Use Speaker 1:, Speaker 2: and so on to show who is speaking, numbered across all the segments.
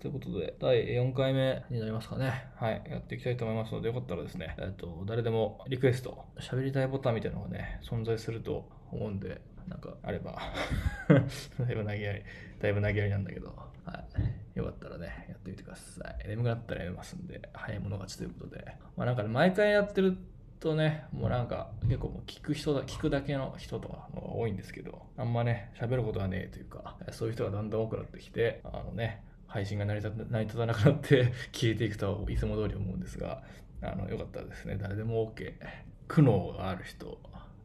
Speaker 1: ということで、第4回目になりますかね。はい。やっていきたいと思いますので、よかったらですね、えっと、誰でもリクエスト、喋りたいボタンみたいなのがね、存在すると思うんで、なんかあれば、 だいぶ投げやり、だいぶ投げやりなんだけど、はい。よかったらね、やってみてください。眠くなったらやめますんで、早い者勝ちということで。まあなんかね、毎回やってるとね、もうなんか結構もう聞く人だ、聞くだけの人とかのが多いんですけど、あんまね、喋ることはねえというか、そういう人がだんだん多くなってきて、あのね、配信が成り立た成り立たなくなって 消えていくといつも通り思うんですが、あの、よかったらですね、誰でも OK。苦悩がある人、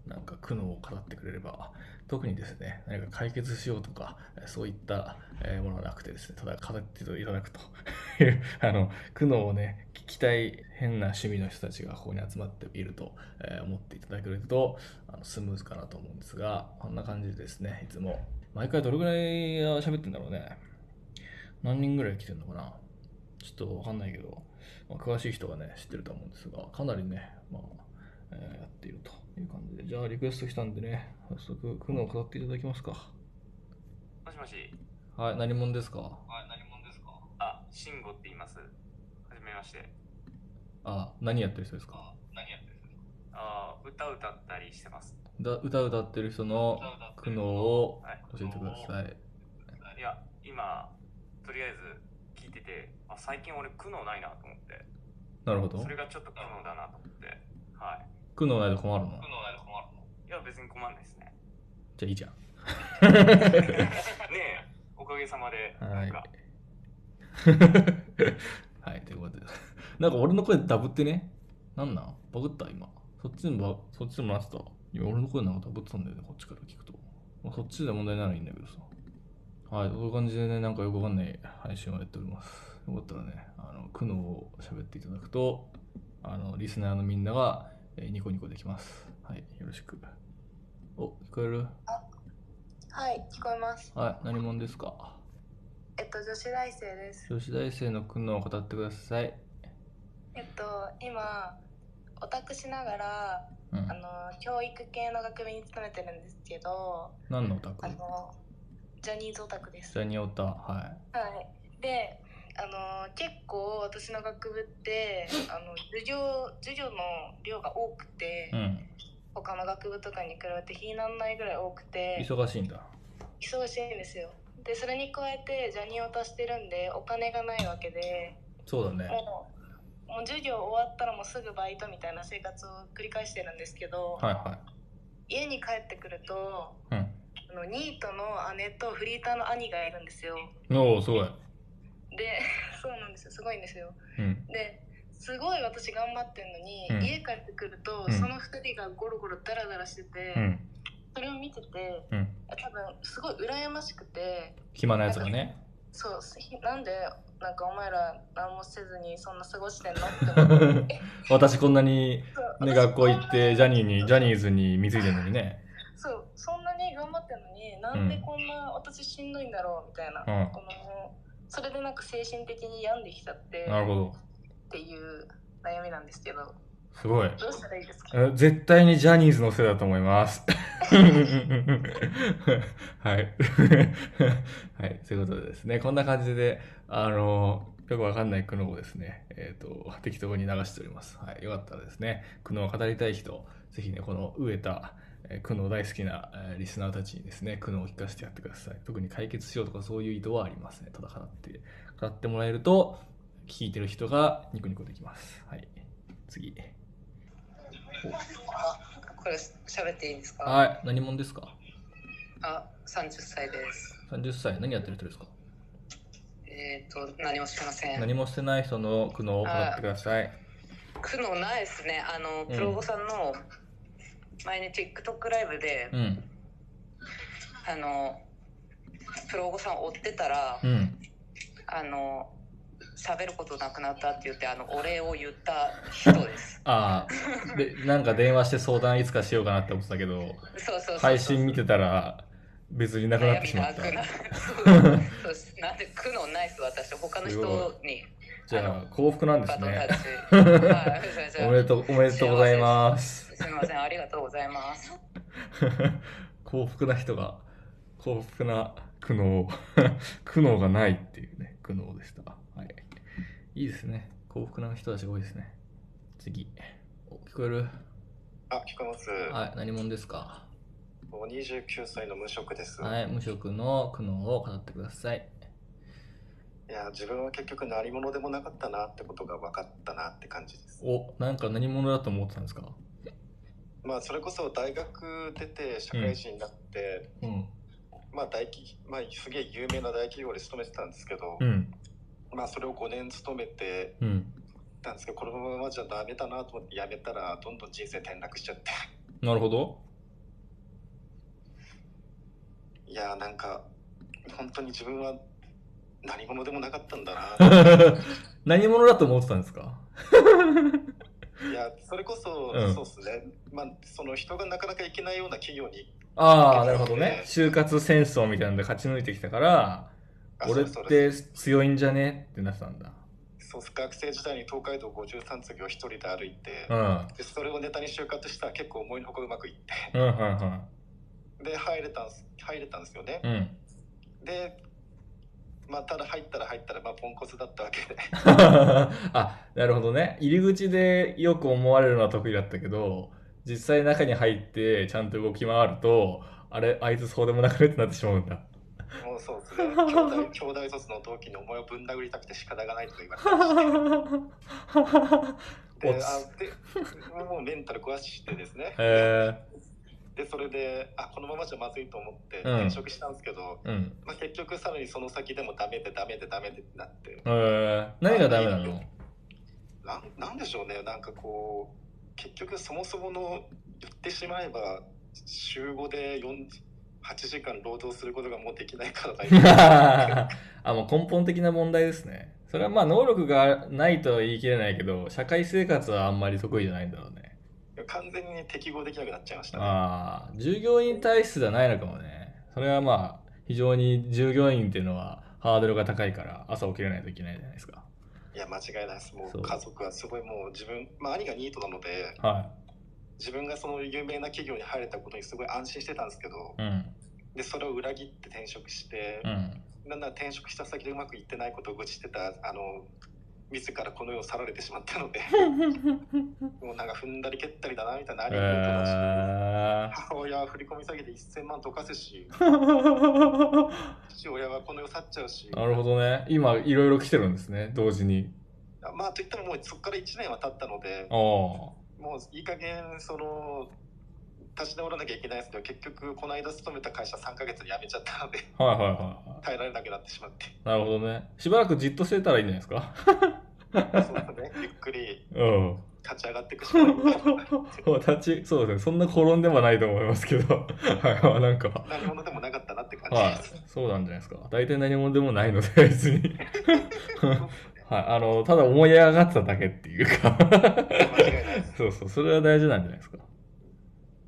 Speaker 1: なんか苦悩を語ってくれれば、特にですね、何か解決しようとか、そういったえーものはなくてですね、ただ語っていただくと いう、あの、苦悩をね、聞きたい変な趣味の人たちがここに集まっていると、えー思っていただけると、あのスムーズかなと思うんですが、こんな感じでですね、いつも、毎回どれぐらい喋ってんだろうね。何人ぐらい来てんのかなちょっとわかんないけど、まあ詳しい人がね、知ってると思うんですが、かなりね、まあ、えーやっているという感じで、じゃあリクエスト来たんでね、早速、苦悩を語っていただきますか。
Speaker 2: もしもし。
Speaker 1: はい、何者ですか
Speaker 2: はい、何者ですかあ、慎吾って言います。はじめまして。
Speaker 1: あ、何やってる人ですか
Speaker 2: あ、何やってるんですかあ、歌歌ったりしてます。
Speaker 1: だ歌歌ってる人の
Speaker 2: 歌歌って
Speaker 1: 苦
Speaker 2: る
Speaker 1: 悩
Speaker 2: 人
Speaker 1: を
Speaker 2: はい
Speaker 1: 教えてください。
Speaker 2: いや、今、とりあえず聞いてて、あ最近俺苦悩ないなと思って、
Speaker 1: なるほど
Speaker 2: そ。れがちょっと苦悩だなと思って、はい。
Speaker 1: 苦悩ないと困るのじゃ
Speaker 2: ないと困るのいや、別に困んないですね。
Speaker 1: あいいじゃん。
Speaker 2: ね え、おかげさまで、
Speaker 1: は
Speaker 2: ないんか、。
Speaker 1: はい、ということで。なんか俺の声ダブってね。なんなんバグった今。そっちでもバ、そっちでもなってた。今俺の声なんかダブってたんだよね、こっちから聞くと。まあ、そっちで問題ならいいんだけどさ。はい、そういう感じでね、なんかよくわかんない配信をやっております。よかったらね、あの苦悩を喋っていただくと、あのリスナーのみんなが、えーニコニコできます。はい、よろしく。お、聞こえる
Speaker 3: はい、聞こえます。
Speaker 1: はい、何者ですか
Speaker 3: えっと、女子大生です。
Speaker 1: 女子大生の苦悩を語ってください。
Speaker 3: えっと、今、オタクしながら、
Speaker 1: うん
Speaker 3: あ、の、教育系の学部に勤めてるんですけど、
Speaker 1: 何のオタク
Speaker 3: あの、ジャニーズオタクです。
Speaker 1: ジャ
Speaker 3: は。
Speaker 1: ニオタ、はい
Speaker 3: で、あの、結構私の学部って、あの、授業、授業の量が多くて
Speaker 1: い。う、ん。
Speaker 3: 他の学部とかに比べて比にならないぐらい多くて、
Speaker 1: 忙しいんだ。
Speaker 3: 忙しいんですよ。で、それに加えて、ジャニーオタしてるんで、お金がないわけで、
Speaker 1: そうだね。
Speaker 3: もうもう授業終わったらもうすぐバイトみたいな生活を繰り返してるんですけど、
Speaker 1: はいは
Speaker 3: 家に帰ってくると
Speaker 1: い。
Speaker 3: あのニートの姉とフリーターの兄がいるんですよ
Speaker 1: うん。おお、すごい。
Speaker 3: で そうなんですよすごいんですよ
Speaker 1: うん。
Speaker 3: ですごい私頑張ってんのに、
Speaker 1: うん
Speaker 3: 家帰ってくると、
Speaker 1: うん
Speaker 3: その2人がゴロゴロダラダラしてて、
Speaker 1: うん。
Speaker 3: それを見てて
Speaker 1: うん。
Speaker 3: 多分すごい羨ましくて
Speaker 1: 暇なやつがね。
Speaker 3: そうひなんでなんかお前ら何もせずにそんな過ごしてんのって思って
Speaker 1: 私こんなに
Speaker 3: そう
Speaker 1: ね、
Speaker 3: 私
Speaker 1: 学校行っ
Speaker 3: こんな
Speaker 1: て、ジャニーに、ジャニーズに貢いでるのにね。
Speaker 3: そうそんなに頑張ってんのになんでこんな私しんどいんだろうみたいな、
Speaker 1: うん
Speaker 3: このそれでなんか精神的に病んできちゃって
Speaker 1: なるほど。
Speaker 3: っていう悩みなんですけど
Speaker 1: すごい。
Speaker 3: どうしたらいいですか
Speaker 1: え絶対にジャニーズのせいだと思います。 はい。 はい。ということでですね、こんな感じで、あの、よくわかんない苦悩をですね、えっ、と、適当に流しております。はい。よかったらですね、苦悩を語りたい人、ぜひね、この飢えた、えー苦悩大好きな、えーリスナーたちにですね、苦悩を聞かせてやってください。特に解決しようとかそういう意図はありません。ただ語って、語ってもらえると、聞いてる人がニコニコできます。はい。次。
Speaker 3: これ喋っていいんですか
Speaker 1: はい。何者ですか
Speaker 3: あ30歳です
Speaker 1: 30歳何やってる人ですか
Speaker 3: えっ、と何もしてませ
Speaker 1: 何もしてない人の苦悩を語ってください。
Speaker 3: 苦悩ないですねあの
Speaker 1: んプロゴ
Speaker 3: さんの前に TikTok ライブで
Speaker 1: うん。
Speaker 3: あのプロゴさん追ってたら
Speaker 1: うん。
Speaker 3: あの喋ることなくなったって言ってあのお礼を言った人です。
Speaker 1: ああ、で、なんか電話して相談いつかしようかなって思ってたけ
Speaker 3: そ
Speaker 1: ど、
Speaker 3: うそうそうそう
Speaker 1: 配信見てたら別になくなってしまっ
Speaker 3: 悩みな
Speaker 1: た。
Speaker 3: くなるそうですなんで苦悩ないです私他の
Speaker 1: すご
Speaker 3: 人に
Speaker 1: じゃあ幸福なんで
Speaker 3: バ
Speaker 1: す
Speaker 3: トンタ
Speaker 1: ね。
Speaker 3: ッチ。はいすいません
Speaker 1: おめでとう、おめでとうございます。
Speaker 3: すみませんありがとうございます。
Speaker 1: 幸福な人が幸福な苦悩、 苦悩がないっていうね、苦悩でした。はい。いいですね。幸福な人たちが多いですね。次。お聞こえる
Speaker 4: あ、聞こえます。
Speaker 1: はい、何者ですか
Speaker 4: もう29歳の無職です。
Speaker 1: はい、無職の苦悩を語ってください。
Speaker 4: いや、自分は結局何者でもなかったなってことが分かったなって感じです。
Speaker 1: お、なんか何者だと思ってたんですか
Speaker 4: まあ、それこそ大学出て社会人になって、
Speaker 1: うん。
Speaker 4: まあ、大企まあ、すげえ有名な大企業で勤めてたんですけど
Speaker 1: う、ん。
Speaker 4: まあ、それを5年勤めて
Speaker 1: うん。
Speaker 4: たんですけど、このままじゃダメだなと思って辞めたら、どんどん人生転落しちゃって。
Speaker 1: なるほど。
Speaker 4: いやーなんか本当に自分は何者でもなかったんだな
Speaker 1: 何者だと思ってたんですか
Speaker 4: いやそれこそ、
Speaker 1: うん
Speaker 4: そうですねまあその人がなかなか行けないような企業に
Speaker 1: ああ、なるほどね。就活戦争みたいなので勝ち抜いてきたから、
Speaker 4: あ
Speaker 1: 俺っ
Speaker 4: そうです
Speaker 1: て強いんじゃねってなってたんだ。
Speaker 4: そうです学生時代に東海道53次を一人で歩いて、
Speaker 1: うん。
Speaker 4: でそれをネタに就活したら結構思いのほかうまくいっ
Speaker 1: うん、は
Speaker 4: てで入れたんす入れたんですよね
Speaker 1: い、はい。うん。
Speaker 4: でまあただ入ったら入ったらまあポンコツだったわけで
Speaker 1: あ、なるほどね。入り口でよく思われるのは得意だったけど、実際中に入ってちゃんと動き回ると、あれ、あいつそうでもなくねってなってしまうんだ。
Speaker 4: もうそうですね兄弟兄弟卒の同期に思いをぶん殴りたくて仕方がないとか言われてで
Speaker 1: おつ
Speaker 4: あでもうメンタル壊してですね、
Speaker 1: え
Speaker 4: でそれであこのままじゃまずいと思って
Speaker 1: うん
Speaker 4: 転職したんですけど、
Speaker 1: ー、うん。
Speaker 4: まあ、結局さらにその先でもダメでダメでダメでってなって
Speaker 1: えー、何がダメなの
Speaker 4: なんなんでしょうねなんかこう結局そもそもの言ってしまえば週5で4 8時間労働することがもうできないからだ よ
Speaker 1: あ、もう根本的な問題ですね。それはまあ能力がないとは言い切れないけど、社会生活はあんまり得意じゃないんだろうね。
Speaker 4: 完全に適合できなくなっちゃいましたね
Speaker 1: ああ、従業員体質ではないのかもね。それはまあ、非常に従業員っていうのはハードルが高いから朝起きれないといけないじゃないですか。
Speaker 4: いや間違いないですも
Speaker 1: そう
Speaker 4: う家族はすごいもう自分、まあ、兄がニートなので
Speaker 1: は
Speaker 4: 自分がその有名な企業に入れたことにすごい安心してたんですけど
Speaker 1: い。うん。
Speaker 4: でそれを裏切って転職して
Speaker 1: う、ん。
Speaker 4: なんなら転職した先でうまくいってないことを愚痴ってたあの自らこの世を去られてしまったの でもうなんか踏んだり蹴ったりだなみたいなありがとうございま
Speaker 1: え
Speaker 4: した母親は振り込み詐欺で1000万溶かすし
Speaker 1: ー、
Speaker 4: 父親はこの世を去っちゃうし
Speaker 1: なるほどね。今、いろいろ来てるんですね、同時に。
Speaker 4: まあといってももうそこから1年は経ったので
Speaker 1: ああ。
Speaker 4: もういい加減その立ち直らなきゃいけないんですけど結局この間勤めた会社3ヶ月で辞めちゃったので
Speaker 1: はいはいはいは
Speaker 4: 耐えられなくなってしま って
Speaker 1: い。なるほどね。しばらくじっとしてたらいいんじゃないですか。
Speaker 4: そうですねゆっくり
Speaker 1: うん。
Speaker 4: 立ち上がっていくしかない
Speaker 1: 私、そうですね。そんな転んではないと思いますけど。はいまあ。なんか、
Speaker 4: 何者でもなかったなって感じ
Speaker 1: はい
Speaker 4: です、。
Speaker 1: そうなんじゃないですか。大体何者でもないので、 別に。
Speaker 4: そう
Speaker 1: は
Speaker 4: っすね
Speaker 1: い。あの、ただ思い上がってただけっていうか。
Speaker 4: 間違いないです
Speaker 1: そうそう。それは大事なんじゃないですか。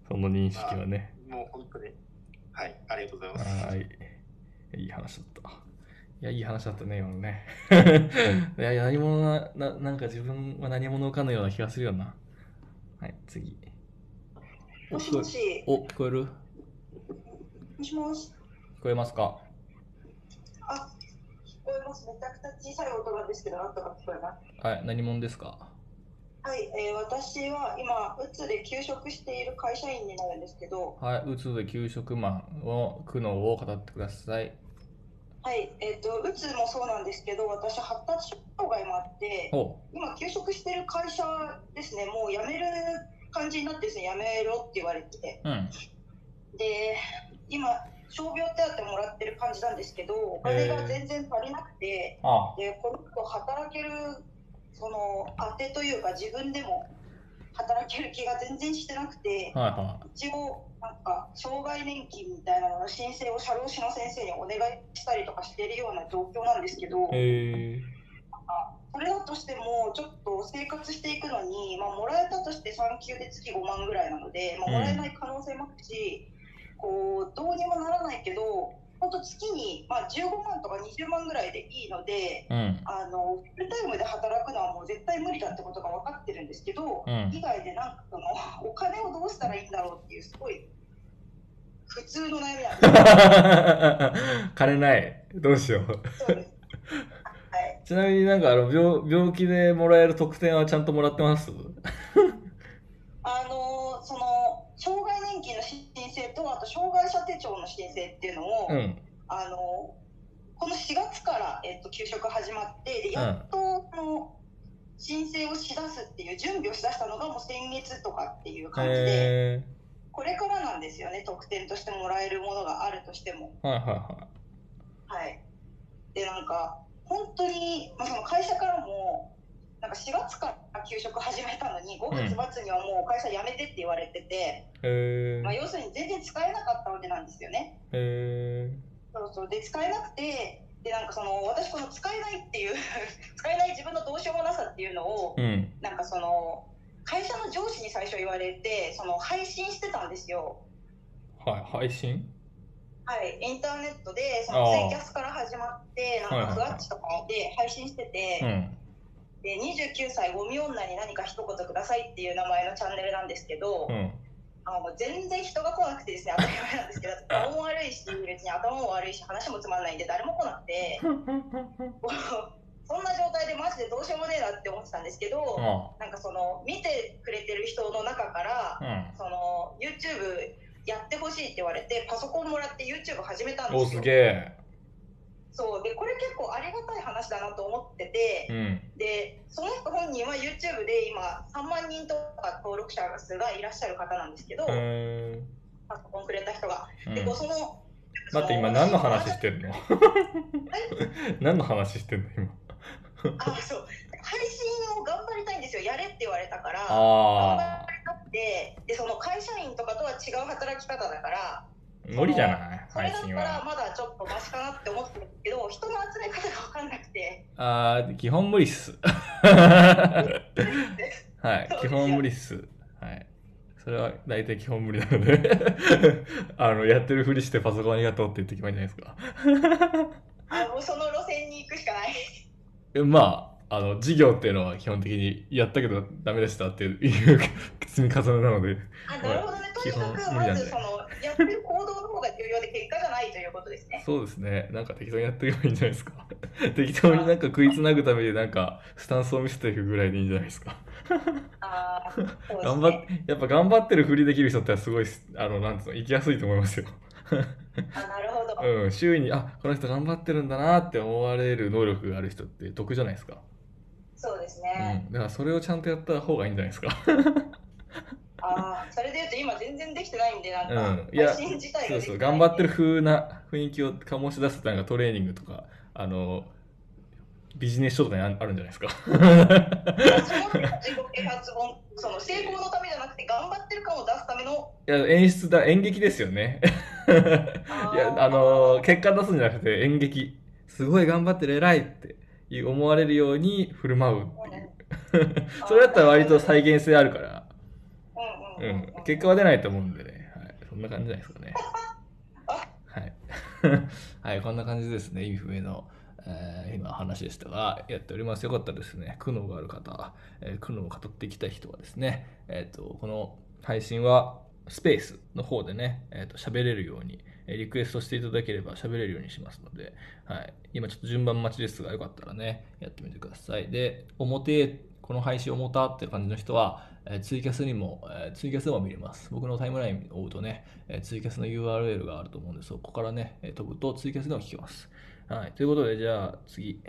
Speaker 1: その認識はね。
Speaker 4: もう本当に。はい、ありがとうございます。
Speaker 1: はーい。いい話だった。いや、いい話だったね、今のね。 いや、何者な、な、なんか自分は何者かのような気がするよな。はい、次。お
Speaker 5: もしもし、
Speaker 1: お、聞こえる聞
Speaker 5: もしもし、
Speaker 1: こえますか
Speaker 5: あ、聞こえます。めちゃくちゃ小さい音なんですけど、なんとか聞こえます。
Speaker 1: はい、何者ですか
Speaker 5: はい、えー私は今、うつで休職している会社員になるんですけど、
Speaker 1: はい、うつで給食マンを、苦悩を語ってください。
Speaker 5: はい、えっ、と、うつもそうなんですけど、私、発達障害もあって、
Speaker 1: お、
Speaker 5: 今、休職している会社ですね、もう辞める感じになってですね、辞めろって言われて、
Speaker 1: うん。
Speaker 5: で、今、傷病手当もらってる感じなんですけど、お金が全然足りなくて、
Speaker 1: あ
Speaker 5: でこの子働けるその当てというか自分でも働ける気が全然してなくて
Speaker 1: はいは
Speaker 5: 一応なんか障害年金みたいなのの申請を社労士の先生にお願いしたりとかしているような状況なんですけど
Speaker 1: い。え
Speaker 5: それだとしてもちょっと生活していくのに、まあ、もらえたとして産休で月5万ぐらいなので、まあ、もらえない可能性もあるし、こうどうにもならないけど本当月に、まあ、15万とか20万ぐらいでいいので。
Speaker 1: ー、うん、
Speaker 5: あのフルタイムで働くのはもう絶対無理だってことが分かってるんですけど、
Speaker 1: うん
Speaker 5: 以外でなんかそのお金をどうしたらいいんだろうっていうすごい不普通の悩みなんです。
Speaker 1: 金ない。どうしよう。
Speaker 5: そうです。はい。
Speaker 1: ちなみになんかあの病、病気でもらえる特典はちゃんともらってます
Speaker 5: あのーその障害年金の申請とあと障害者手帳の申請っていうのを、
Speaker 1: うん。
Speaker 5: あのこの4月から、えっと、給食始まってで
Speaker 1: ん
Speaker 5: やっと、あの申請をしだすっていう準備をしだしたのがもう先月とかっていう感じで、
Speaker 1: へ
Speaker 5: これからなんですよね特典としてもらえるものがあるとしても。
Speaker 1: ー。はいはいは
Speaker 5: はい、でなんか本当に、まあ、その会社からもなんか4月から給食始めたのに5月末にはもう会社辞めてって言われてて、
Speaker 1: い。へ
Speaker 5: まあ、
Speaker 1: ー。
Speaker 5: 要するに全然使えなかったわけなんですよね。
Speaker 1: へ
Speaker 5: そうそうで使えなくてでなんかその私この使えないっていう 使えない自分のどうしようもなさっていうのを
Speaker 1: ー。うん。
Speaker 5: なんかその会社の上司に最初言われてその配信してたんですよ
Speaker 1: はい、配信
Speaker 5: はいインターネットでそ
Speaker 1: あ
Speaker 5: のツ
Speaker 1: ー
Speaker 5: イキャスから始まって
Speaker 1: は
Speaker 5: ないんか
Speaker 1: はい
Speaker 5: ふ
Speaker 1: はい
Speaker 5: わっちとかで配信してて、
Speaker 1: うん。
Speaker 5: で29歳ゴミ女に何か一言くださいっていう名前のチャンネルなんですけど、
Speaker 1: うん。
Speaker 5: あの全然人が来なくてですね当たり前なん ですけど顔も悪いし別に頭も悪いし話もつまんないんで誰も来なくて。 こうそんな状態でマジでどうしようもねえなって思ってたんですけど、
Speaker 1: あ
Speaker 5: なんかその見てくれてる人の中から
Speaker 1: あ。うん。
Speaker 5: その YouTube やってほしいって言われてパソコンもらって YouTube 始めたんで
Speaker 1: お
Speaker 5: す
Speaker 1: す
Speaker 5: よ
Speaker 1: げえ。
Speaker 5: そうでこれ結構ありがたい話だなと思ってて、
Speaker 1: うん。
Speaker 5: でその人本人は YouTube で今3万人とか登録者数がいらっしゃる方なんですけど、
Speaker 1: へ
Speaker 5: パソコンくれた人が、
Speaker 1: ー。う
Speaker 5: で
Speaker 1: ん
Speaker 5: こうその
Speaker 1: 待って、今何の話してるの 何の話してんの今。
Speaker 5: あそう配信を頑張りたいんですよやれって言われたから
Speaker 1: ああ。
Speaker 5: だってでその会社員とかとは違う働き方だから
Speaker 1: 無理じゃない
Speaker 5: それ
Speaker 1: 配
Speaker 5: だった
Speaker 1: 信
Speaker 5: ら
Speaker 1: は。
Speaker 5: まだちょっとマシかなって思ってるんですけど人の集め方が分かんなくて
Speaker 1: ああ、基本無理っす。はい
Speaker 5: そう、
Speaker 1: 基本無理っす。はい。それは大体基本無理なので あの、やってるふりしてパソコンありがとうって言ってけばいいんじゃないですか。
Speaker 5: あもうその路線に行くしかない
Speaker 1: えまあ、あの、事業っていうのは基本的にやったけどダメでしたっていう 積み重ねなので、
Speaker 5: あなるほどねとにか
Speaker 1: 基
Speaker 5: く
Speaker 1: 本無理
Speaker 5: ま
Speaker 1: なんで
Speaker 5: ずそのやってる行動の方が重要で結果じゃないということですね
Speaker 1: そうですね。なんか適当にやっていけばいいんじゃないですか。 適当になんか食いつなぐためになんかスタンスを見せていくぐらいでいいんじゃないですか。
Speaker 5: ああそうですね
Speaker 1: 頑張っ、やっぱ頑張ってるふりできる人ってすごいす、あの、なんつうの、生きやすいと思いますよ。
Speaker 5: あなるほど、
Speaker 1: うん、周囲に、あ、この人頑張ってるんだなって思われる能力がある人って得じゃないですか。
Speaker 5: そうです
Speaker 1: う
Speaker 5: ね、
Speaker 1: ん。だからそれをちゃんとやった方がいいんじゃないですか。
Speaker 5: ああそれでいうと今全然できてないんでなんか、
Speaker 1: うんいや
Speaker 5: 配信自体
Speaker 1: そ
Speaker 5: が
Speaker 1: う
Speaker 5: でき
Speaker 1: そ
Speaker 5: て
Speaker 1: う、
Speaker 5: ない
Speaker 1: 頑張ってる風な雰囲気を醸し出すってなんかトレーニングとか、あの、ビジネス書とかにああるんじゃないですか。
Speaker 5: あその自己啓発本その成功のためじゃなくて頑張ってる感を出すための
Speaker 1: いや、演出だ、演劇ですよね。いや、あの、結果出すんじゃなくて演劇。すごい頑張ってる偉いっていう思われるように振る舞うっていう。 それだったら割と再現性あるから、
Speaker 5: うん
Speaker 1: う
Speaker 5: うんん、
Speaker 1: 結果は出ないと思うんでね、はい、そんな感じじゃないですかね。はい、 はい、こんな感じですね、意味不明の、えー今話でしたが、やっております。よかったですね、苦悩がある方、えー苦悩を語っていきたい人はですね、えー、とこの配信はスペースの方でね、えー、と喋れるように、えーリクエストしていただければ喋れるようにしますので、はい、今ちょっと順番待ちですが、よかったらね、やってみてください。で、表、この配信表っていう感じの人は、えーツイキャスにも、えーツイキャスでも見れます。僕のタイムラインを追うとね、えーツイキャスの URL があると思うんで、そこからね、えー飛ぶとツイキャスでも聞けます。はい、ということで、じゃあ次。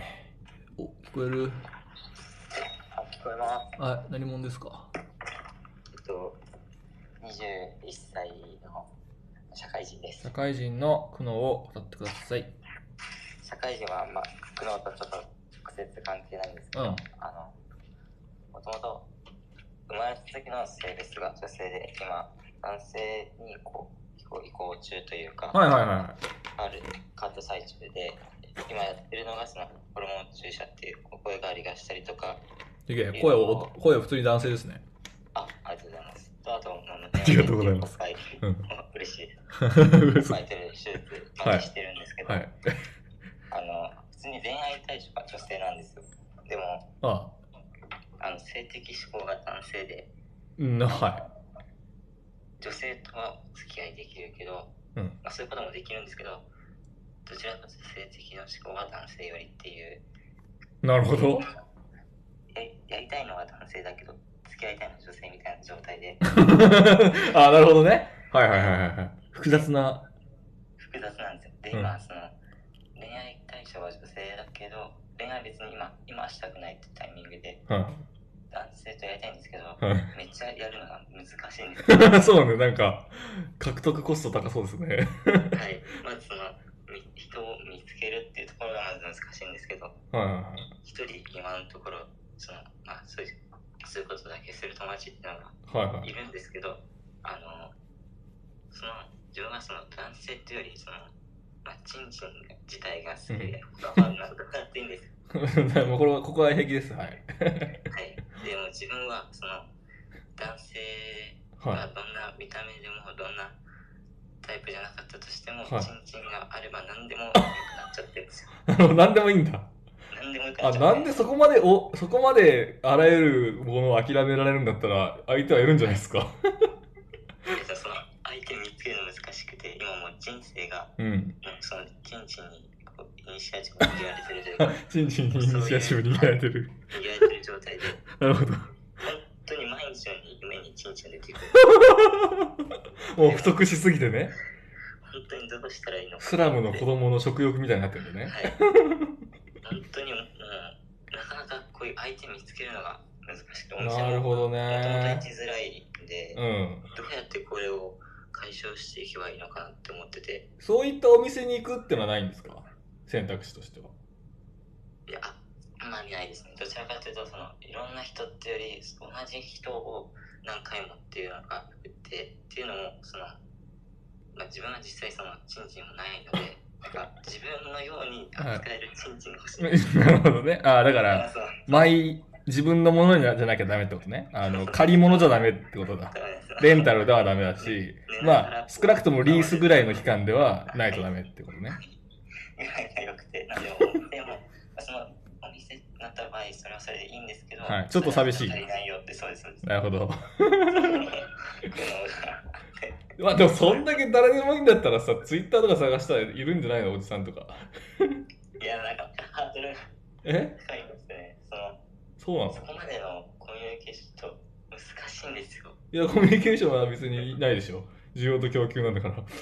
Speaker 1: お、聞こえる
Speaker 6: あ、聞こえます。
Speaker 1: あ、何者ですか
Speaker 6: えっと、21歳の社会人です
Speaker 1: 社。会人の苦悩を語ってください。
Speaker 6: 社会人は、まあ、苦悩とちょっと直接関係ないんですけど、
Speaker 1: うん
Speaker 6: あの、もともと生まれた時の性別が女性で、今、男性にこう移行移行中というか、
Speaker 1: はいはいは
Speaker 6: あるカット最中で、今やってるのがそのホルモン注射っていうお声変わりがしたりとか、
Speaker 1: い。で声を、声を普通に男性ですね。
Speaker 6: あ、ありがとうございます。とあと、あ
Speaker 1: ありがとうございます。うん。
Speaker 6: 嬉しいです。
Speaker 1: 嘘
Speaker 6: バイトル手術までしてるんですけど、
Speaker 1: はい。
Speaker 6: あの普通に恋愛対象が女性なんですよでも
Speaker 1: あ、
Speaker 6: あの性的指向が男性で
Speaker 1: うん、はい。
Speaker 6: 女性とはお付き合いできるけど
Speaker 1: ううん
Speaker 6: まあ、そういうこともできるんですけどどちらかというと性的な思考は男性よりっていう
Speaker 1: なるほど。
Speaker 6: やりやりたいのは男性だけど付き合いたいのは女性みたいな状 態で
Speaker 1: あなるほどね。はいはいはいはいはい。複雑な。
Speaker 6: 複雑なんですよで
Speaker 1: うん
Speaker 6: 今その恋愛対象は女性だけど恋愛は別に今今はしたくないってタイミングで
Speaker 1: うん
Speaker 6: 男性とやりたいんですけど
Speaker 1: う
Speaker 6: めっちゃやるのが難しいんです
Speaker 1: ん
Speaker 6: よ
Speaker 1: そうなんだよ。なんか、獲得コスト高そうですね。
Speaker 6: はいまずそのみ人を見つけるっていうところがまず難しいんですけど
Speaker 1: はいはいはい
Speaker 6: 一人今のところそのまあそういうそういうことだけする友達っていうのが
Speaker 1: はいはい
Speaker 6: いるんですけどあのその自分がその男性っていうよりそのまあチンチン自体が好きでまあなんとかっていいんですよ
Speaker 1: もうこれはここは平気です。はい。
Speaker 6: はいでも自分はその男性
Speaker 1: は
Speaker 6: が
Speaker 1: い。
Speaker 6: どんな見た目でもどんなタイプじゃなかったとしても、
Speaker 1: はい
Speaker 6: チンチンがあれば何でも良くなっちゃってるんですよ
Speaker 1: なるほど何でもいいんだ。
Speaker 6: 何でも良くな
Speaker 1: あ
Speaker 6: っちゃって
Speaker 1: なんでそこまでおそこまであらゆるものを諦められるんだったら相手はいるんじゃないですか。
Speaker 6: でその相手見つけるの難しくて今もう人生が
Speaker 1: うん。
Speaker 6: もうそのチンチンにこうイニシアチブ握られてるというか
Speaker 1: ち んちんにイニシアチブ握られてる。
Speaker 6: 握られてる状態で
Speaker 1: なるほど。
Speaker 6: 本当に毎日のように夢にチンチン出 てくる
Speaker 1: もう不足しすぎてね。
Speaker 6: 本当にどうしたらいいのか
Speaker 1: スラムの子供の食欲みたいになってるんだね。
Speaker 6: はい本当にもうなかなかこういう相手見つけるのが難しくてお店
Speaker 1: なる
Speaker 6: も
Speaker 1: ほど
Speaker 6: もともと行
Speaker 1: ね
Speaker 6: き。づらいんで
Speaker 1: うん。
Speaker 6: どうやってこれを解消していけばいいのかなって思ってて
Speaker 1: そういったお店に行くってのはないんですか選択肢としては。
Speaker 6: いやあんまりないですねどちらかというとそのいろんな人ってより同じ人を何回もっていうのがあってっていうのもその、まあ、自分は実際そのチンチンもないのでなんか自分のように扱えるチンチンが欲しいで す、
Speaker 1: なるほどね。ああ、だか、
Speaker 6: だかららその
Speaker 1: 毎、自分のものにはじゃなきゃダメってことね。あの、借り物じゃダメってことだ。レンタルではダメだし、まあ、少なくともリースぐらいの期間ではないとダメってことね。
Speaker 6: ぐらいが良くて、なんでも、でも、まあそのお店になった場合、それはそれでいいんですけど、
Speaker 1: はいちょっと寂しい
Speaker 6: 足りないよって、そうです、そうです。
Speaker 1: なるほど。
Speaker 6: っていうのが
Speaker 1: まあでも、そんだけ誰でもいいんだったらさ、ツイッターとか探したらいるんじゃないのおじさんとか。
Speaker 6: いや、なんか、ハードルが
Speaker 1: え
Speaker 6: 高いんですね。その、
Speaker 1: そうなんです
Speaker 6: そ
Speaker 1: か
Speaker 6: こまでのコミュニケーションちょっと難しいんですよ。
Speaker 1: いや、コミュニケーションは別にないでしょ。需要と供給なんだから。
Speaker 6: なんか、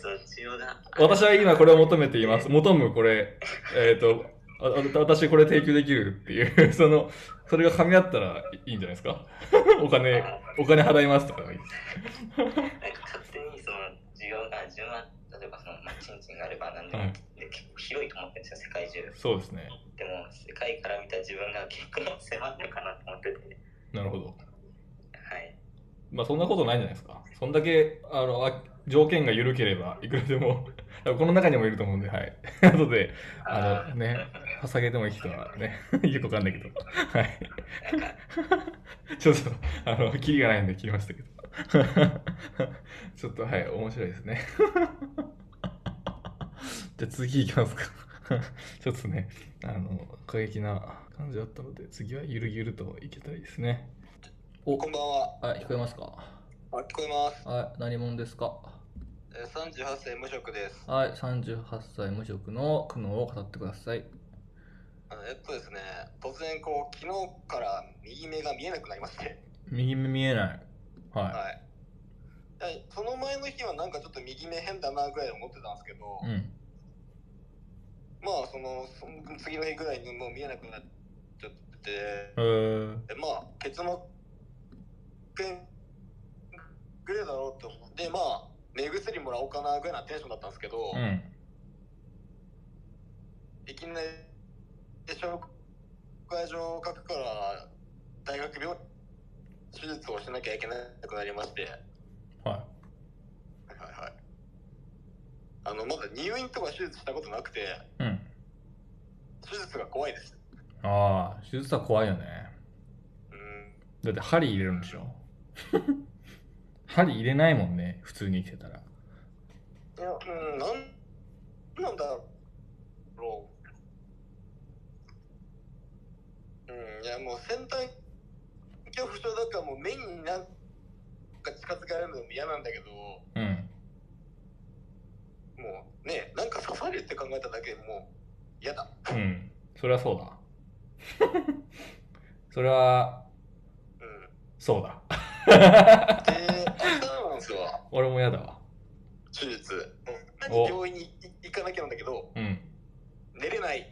Speaker 6: その需要が。
Speaker 1: 私は今これを求めています。求むこれ、えっ、と、ああ私これ提供できるっていう、 その、それが噛み合ったらいいんじゃないですか お金、お金払いますとかがいい。
Speaker 6: なんか勝手にその需要が10万、例えばその、まあ、チンチンがあれば何でも、
Speaker 1: はい
Speaker 6: で結構広いと思ってるんですよ、世界中。
Speaker 1: そうですね。
Speaker 6: でも、世界から見た自分が結構狭いのかなと思ってて、
Speaker 1: なるほど。
Speaker 6: はい。
Speaker 1: まあそんなことないんじゃないですか。そんだけ、あの、あ条件が緩ければ、いくらでも、 多分この中にもいると思うんで、はい。 後で、あのね、はさげてもいい人はね、 よくわかんないけど、はい。 ちょっと、あの、キリがないんで切りましたけど。 ちょっと、はい、面白いですね。 じゃあ次いきますか。 ちょっとね、あの、過激な感じだったので、次はゆるゆるといけたらいいですね。お、
Speaker 7: こんばんは。
Speaker 1: はい、聞こえますか
Speaker 7: あ、聞こえます。
Speaker 1: はい、何者ですか
Speaker 7: えー38歳無職です。
Speaker 1: はい、38歳無職の苦悩を語ってください。
Speaker 7: あのえっとですね、突然こう昨日から右目が見えなくなりまして、
Speaker 1: 右目見えない。は
Speaker 7: はい。でその前の日はなんかちょっと右目変だなぐらい思ってたんですけど、
Speaker 1: い。うん。
Speaker 7: まあそのその次の日ぐらいにもう見えなくなっちゃって、
Speaker 1: えー、
Speaker 7: でまあ結膜炎ぐらいだろうと思って、まあ目薬もらおうかなぐらいなテンションだったんですけど、
Speaker 1: うん。
Speaker 7: いきなり紹介状を書くから大学病手術をしなきゃいけなくなりまして、はい
Speaker 1: は
Speaker 7: はいはい、あのまだ入院とか手術したことなくて
Speaker 1: い。うん。
Speaker 7: 手術が怖いです
Speaker 1: ああ、手術は怖いよね。
Speaker 7: うん
Speaker 1: だって針入れるんでしょ 針入れないもんね、普通に生きてたら。
Speaker 7: いやうんなんなんだろううんいやもう先端恐怖症だからもう目になんか近づかれるのも嫌なんだけど
Speaker 1: うん。
Speaker 7: るって考えただけでもう嫌だ。
Speaker 1: うん。それはそうだ。 それは、
Speaker 7: うん。
Speaker 1: そうだ。
Speaker 7: で、明日なんですよ、
Speaker 1: 俺も嫌だわ。
Speaker 7: 手術。
Speaker 1: お
Speaker 7: うん、病院に行かなきゃなんだけど、
Speaker 1: うん。
Speaker 7: 寝れない。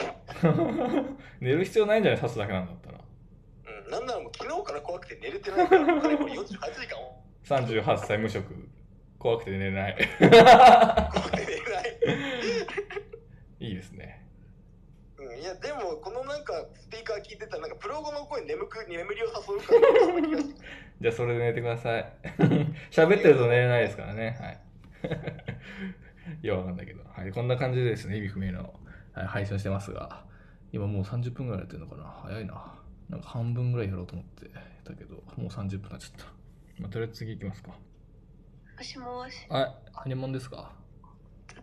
Speaker 1: 寝る必要ないんじゃない刺すだけなんだったら。
Speaker 7: うん、なんならもう昨日から怖くて寝れてないから、かれこれ48時間
Speaker 1: 38歳無職。怖くて寝れない。
Speaker 7: 怖くて寝れない。
Speaker 1: いいですね。
Speaker 7: うん、いや、でも、このなんか、スピーカー聞いてたら、なんか、プロ語の声に眠く、眠りを誘うから、そんな気がして
Speaker 1: じゃあそれで寝てください。喋ってると寝れない ですからね。はい。ようわかんないけど。はい。こんな感じでですね、意味不明の、はい、配信をしてますが、今もう30分ぐらいやってるのかな。早いな。なんか半分ぐらいやろうと思ってたけど、もう30分になっちゃった。まあ、とりあえず次行きますか。
Speaker 8: もしもし、
Speaker 1: はい。何問ですか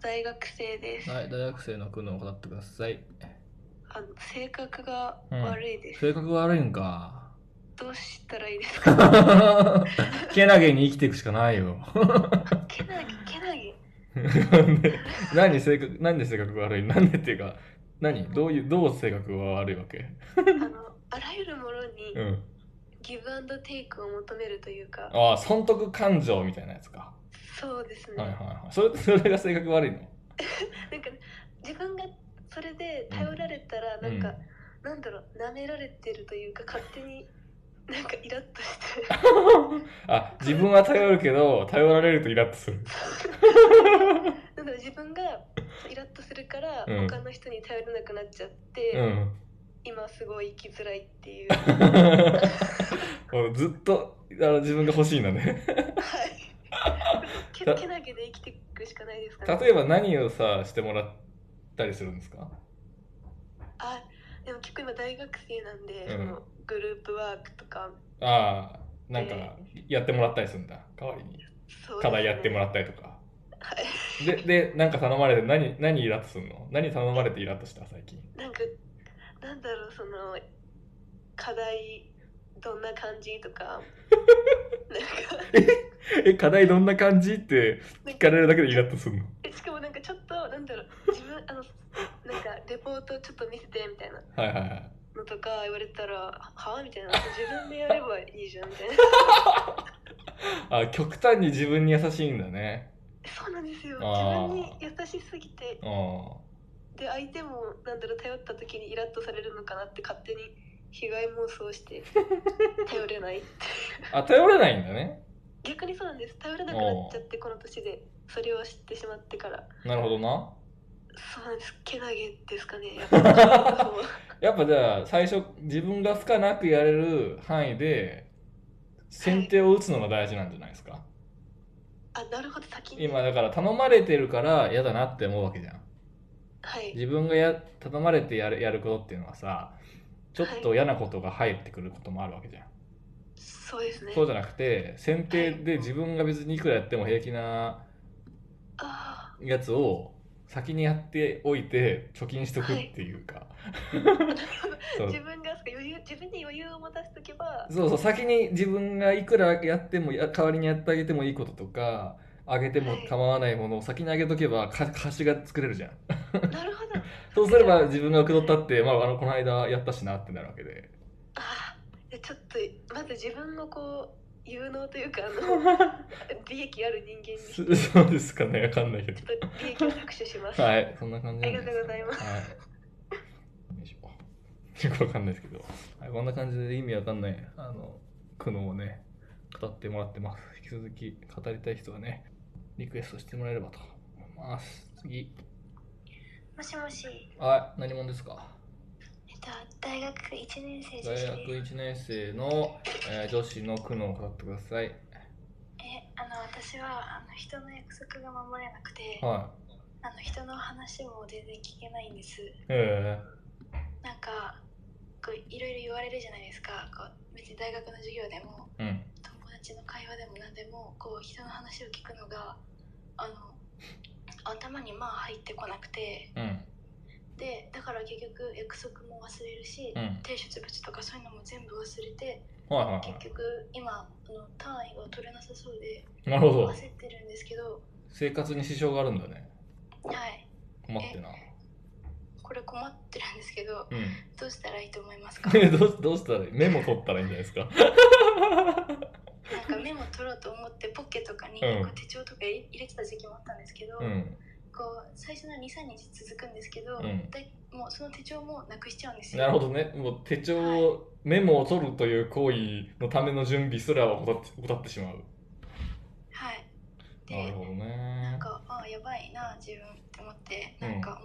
Speaker 8: 大学生です。
Speaker 1: はい。大学生の苦悩を語ってください。
Speaker 8: あの性格が悪いです、
Speaker 1: 性格悪いんか。
Speaker 8: どうしたらいいですか
Speaker 1: けなげに生きていくしかないよ。
Speaker 8: けなげ、けなげ。
Speaker 1: なんで何性格なんで性格が悪いなんでっていうか何どういうどう性格が悪いわけ
Speaker 8: あの、あらゆるものに
Speaker 1: うん
Speaker 8: ギブアンドテイクを求めるというか、
Speaker 1: ああ損得感情みたいなやつか、
Speaker 8: そうですね。
Speaker 1: はいはいはいそれそれが性格悪いの
Speaker 8: なんか、自分がそれで頼られたら、なんか、なんだろう、舐められてるというか、勝手になんかイラッと して、
Speaker 1: うん、あ自分は頼るけど頼られるとイラッとする
Speaker 8: なんだろう、自分がイラッとするから、
Speaker 1: うん
Speaker 8: 他の人に頼れなくなっちゃって、
Speaker 1: うん
Speaker 8: 今すごい生きづらいって いう。
Speaker 1: 俺ずっとあの自分が欲しいんだね
Speaker 8: け
Speaker 1: た
Speaker 8: けなげで生きていくしかないですかね。
Speaker 1: 例えば何をさしてもらったりするんですか
Speaker 8: あでも結構今大学生なんで、
Speaker 1: うん
Speaker 8: そのグループワークとか
Speaker 1: ああなんかやってもらったりするんだ代わりに
Speaker 8: そうですね
Speaker 1: 課題やってもらったりとか
Speaker 8: は
Speaker 1: ででなんか頼まれて何何イラッとするの何頼まれてイラッとした最近
Speaker 8: なんかなんだろうその課題どんな感じとかなんか
Speaker 1: え課題どんな感じって聞かれるだけでイラッとするの
Speaker 8: えしかもなんかちょっとなんだろう 自分あのなんかレポートちょっと見せてみたいな
Speaker 1: はいはいはい
Speaker 8: のとか言われたらははみたい な自分でやればいいじゃんみたいな
Speaker 1: あ極端に自分に優しいんだね
Speaker 8: そうなんですよ自
Speaker 1: あー
Speaker 8: 分に優しすぎて
Speaker 1: ああ
Speaker 8: で相手もなんだろう頼った時にイラッとされるのかなって勝手に被害妄想して 頼れない
Speaker 1: あ頼れないんだね
Speaker 8: 逆にそうなんです頼れなくなっちゃってこの年でそれを知ってしまってから
Speaker 1: なるほどな
Speaker 8: そうなんですけなげですかねやっぱそう
Speaker 1: やっぱじゃあ最初自分が負荷なくやれる範囲で先手を打つのが大事なんじゃないですか
Speaker 8: あなるほど先に
Speaker 1: 今だから頼まれてるから嫌だなって思うわけじゃん
Speaker 8: はい
Speaker 1: 自分がや頼まれてやるやることっていうのはさちょっと嫌なことが入ってくることもあるわけじゃん、
Speaker 8: そうですね
Speaker 1: そうじゃなくて選定で自分が別にいくらやっても平気な
Speaker 8: あ
Speaker 1: やつを先にやっておいて貯金しとくっていうか、
Speaker 8: あ
Speaker 1: そう
Speaker 8: 自分が余裕自分に余裕を持たせとけば
Speaker 1: そうそう先に自分がいくらやってもや代わりにやってあげてもいいこととかあげても構わないものを先にあげとけばか貸しが作れるじゃん
Speaker 8: なるほど
Speaker 1: そうすれば自分が受け取ったって、まあ、あのこの間やったしなってなるわけで
Speaker 8: ああちょっとまず自分のこう有能というかあの 利益ある人間に
Speaker 1: すそうですかねわかんないけど
Speaker 8: ちょっと利益を搾取します。
Speaker 1: はい、そんな感じなん。
Speaker 8: ありがとうございます
Speaker 1: はい。よいしょ。よくわかんないですけど、はい、こんな感じで意味わかんないあの苦悩をね、語ってもらってます。引き続き語りたい人はね、リクエストしてもらえればと思います。次。
Speaker 9: もしもし、
Speaker 1: はい、何者ですか
Speaker 9: えっと、大学1年生女
Speaker 1: 大
Speaker 9: 子
Speaker 1: 学
Speaker 9: です。
Speaker 1: 1年生の、えー女子の苦悩を語ってください。
Speaker 9: え、あの、私は、あの、人の約束が守れなくて、
Speaker 1: は
Speaker 9: あの、人の話も全然聞けないんです。
Speaker 1: い。え
Speaker 9: なんか、こう、いろいろ言われるじゃないですか。こう、別に大学の授業でも、
Speaker 1: ー、うん。
Speaker 9: 友達の会話でも何でも、こう、人の話を聞くのが、あの、頭にまあ入ってこなくて、
Speaker 1: うん。
Speaker 9: で、だから結局、約束も忘れるし、
Speaker 1: うん。
Speaker 9: 提出物とかそういうのも全部忘れて、
Speaker 1: はいはいは
Speaker 9: 結局今あの単位が取れなさそうで
Speaker 1: い。なるほ
Speaker 9: 焦
Speaker 1: ど
Speaker 9: っ。てるんですけど
Speaker 1: 生活に支障があるんだね。
Speaker 9: はい
Speaker 1: 困ってな。
Speaker 9: これ困ってるんですけど、
Speaker 1: うん。
Speaker 9: どうしたらいいと思い ますか
Speaker 1: どうどうしたらいいメモ取ったらいいんじゃないですか。
Speaker 9: なんかメモ取ろうと思ってポッケとかに
Speaker 1: うん
Speaker 9: こう手帳とか入れてた時期もあったんですけど、
Speaker 1: うん。
Speaker 9: こう最初の23日続くんですけど、
Speaker 1: うん
Speaker 9: だいもうその手帳もなくしちゃうんですよ
Speaker 1: なるほどね。もう手帳、メモを取るという行為のための準備すらは怠って怠ってしまう。
Speaker 9: はいで
Speaker 1: なるほどね
Speaker 9: なん。かあやばいな自分って思って
Speaker 1: うん
Speaker 9: なんかもう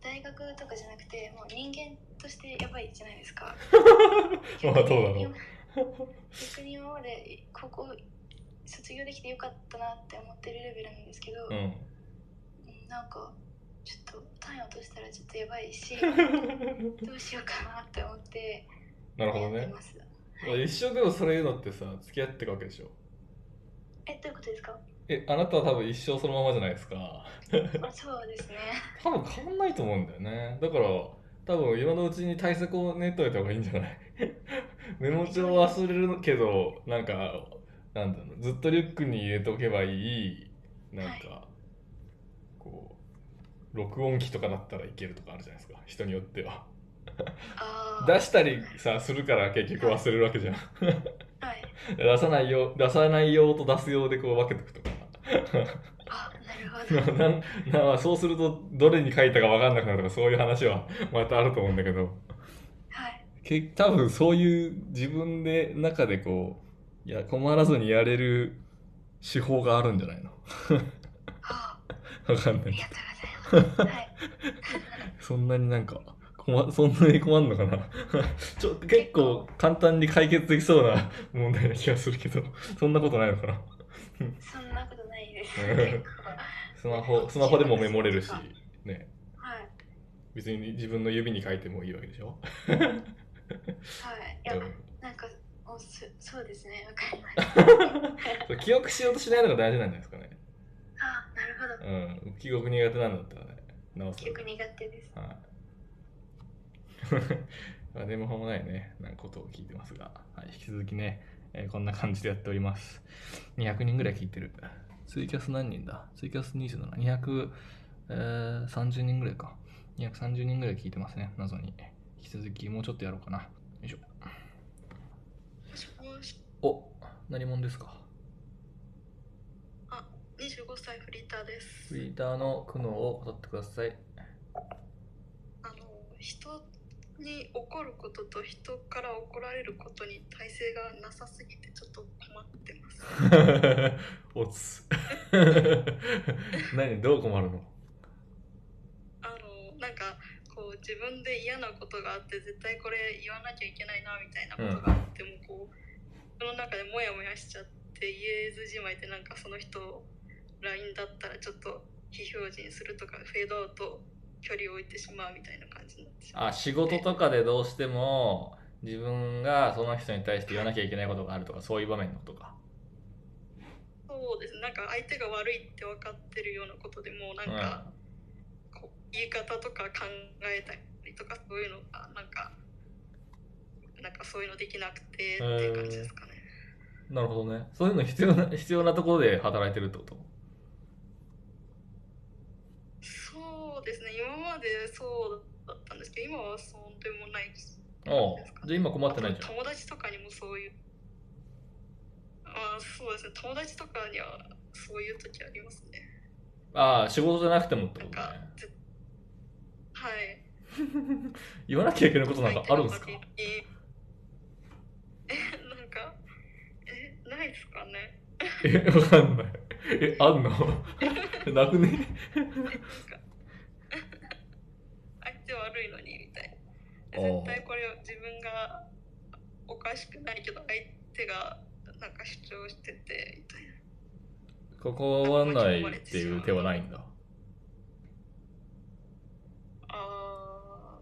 Speaker 9: 大学とかじゃなくてもう人間としてやばいじゃないですか
Speaker 1: まあどうだろう。
Speaker 9: 逆に今まで高校卒業できてよかったなって思ってるレベルなんですけど、
Speaker 1: うん。
Speaker 9: うんなんかちょっと単位落としたらちょっとやばい しどうしようかなって思って
Speaker 1: なるほど
Speaker 9: 悩ん
Speaker 1: ね
Speaker 9: で。ます、
Speaker 1: 一生でもそれ言うのってさ、付き合っていくわけでしょ。
Speaker 9: えどういうことですか
Speaker 1: え、あなたは多分一生そのままじゃないですか。
Speaker 9: あそうですね
Speaker 1: 多分変わんな いと思うんだよね。だから、多分今のうちに対策を練っといた方がいいんじゃない メモ帳は忘れるけど、なんか、なんだろう、ずっとリュックに入れておけばいい、なんか、こう、録音機とかだったらいけるとかあるじゃないですか、人によっては。
Speaker 9: ああ
Speaker 1: 出したりさ、するから結局忘れるわけじゃん。
Speaker 9: はい
Speaker 1: 出さないよう、出さない用と出す用でこう分けておくとか。
Speaker 9: あなるほど
Speaker 1: なん なんそうすると、どれに書いたか分かんなくなるとか、そういう話はまたあると思うんだけど。
Speaker 9: はい
Speaker 1: け多分そういう自分で中でこういや困らずにやれる手法があるんじゃないの
Speaker 9: あ
Speaker 1: わかんな
Speaker 9: あ
Speaker 1: い
Speaker 9: り
Speaker 1: けど
Speaker 9: がとうございますはい
Speaker 1: そんなになんか困そんなに困んのかな ちょ結構簡単に解決できそうな問題な気がするけどそんなことないのかな
Speaker 9: そんなことないです
Speaker 1: うんスマホスマホでもメモれるしね
Speaker 9: はい
Speaker 1: 別に自分の指に書いてもいいわけでしょ、
Speaker 9: はいいうや
Speaker 1: ん
Speaker 9: なんかもうそそうですねわかりました
Speaker 1: そう記憶しようとしないのが大事なんじゃないですかね
Speaker 9: あなるほど
Speaker 1: うん記憶苦手なんだったらね直す
Speaker 9: 結構苦手です
Speaker 1: はい。でもほもないね、なんかことを聞いてますが、はい、引き続きね、えーこんな感じでやっております。200人ぐらい聞いてる。ツイキャス何人だツイキャス27、230、えー30人ぐらいか。230人ぐらい聞いてますね、謎に。引き続きもうちょっとやろうかな。よいしょ。
Speaker 9: もしもし
Speaker 1: お、何者ですか
Speaker 9: 25歳フリーターです
Speaker 1: ツイッターの苦悩を語ってください。
Speaker 9: あの人に怒ることと人から怒られることに耐性がなさすぎてちょっと困ってます。
Speaker 1: おつ。 何、どう困るの
Speaker 9: あのなんかこう自分で嫌なことがあって絶対これ言わなきゃいけないなみたいなことがあってもこうその中でモヤモヤしちゃって言えずじまいでなんかその人を LINE だったらちょっと非表示にするとかフェードアウト距離を置いてしまうみたいな感じになってしまう
Speaker 1: あ仕事とかでどうしても自分がその人に対して言わなきゃいけないことがあるとかそういう場面のことか
Speaker 9: そうですねなんか相手が悪いって分かってるようなことでもうなんか、こう言い方とか考えたりとかそういうのがなんかなんかそういうのできなくてっていう感じですかね。
Speaker 1: うん、なるほどねそういうの必要な必要なところで働いてるってこと
Speaker 9: そうですね今までそうだったんですけど今はそうでもないです。
Speaker 1: おうじゃあ今困ってないじゃん
Speaker 9: 友達とかにもそういうあそうですね友達とかにはそういう時ありますね。
Speaker 1: ああ仕事じゃなくてもってことね
Speaker 9: なんかずはい。
Speaker 1: 言わなきゃいけないことなんかあるんですか
Speaker 9: え、なんか、え、ないですかね。
Speaker 1: えわかんないえあんの なくね
Speaker 9: 相手悪いのにみたいな。
Speaker 1: おう
Speaker 9: 絶対これを自分がおかしくないけど、相手がなんか主張しててみたいな。
Speaker 1: ここはないっていう手はないんだ
Speaker 9: あ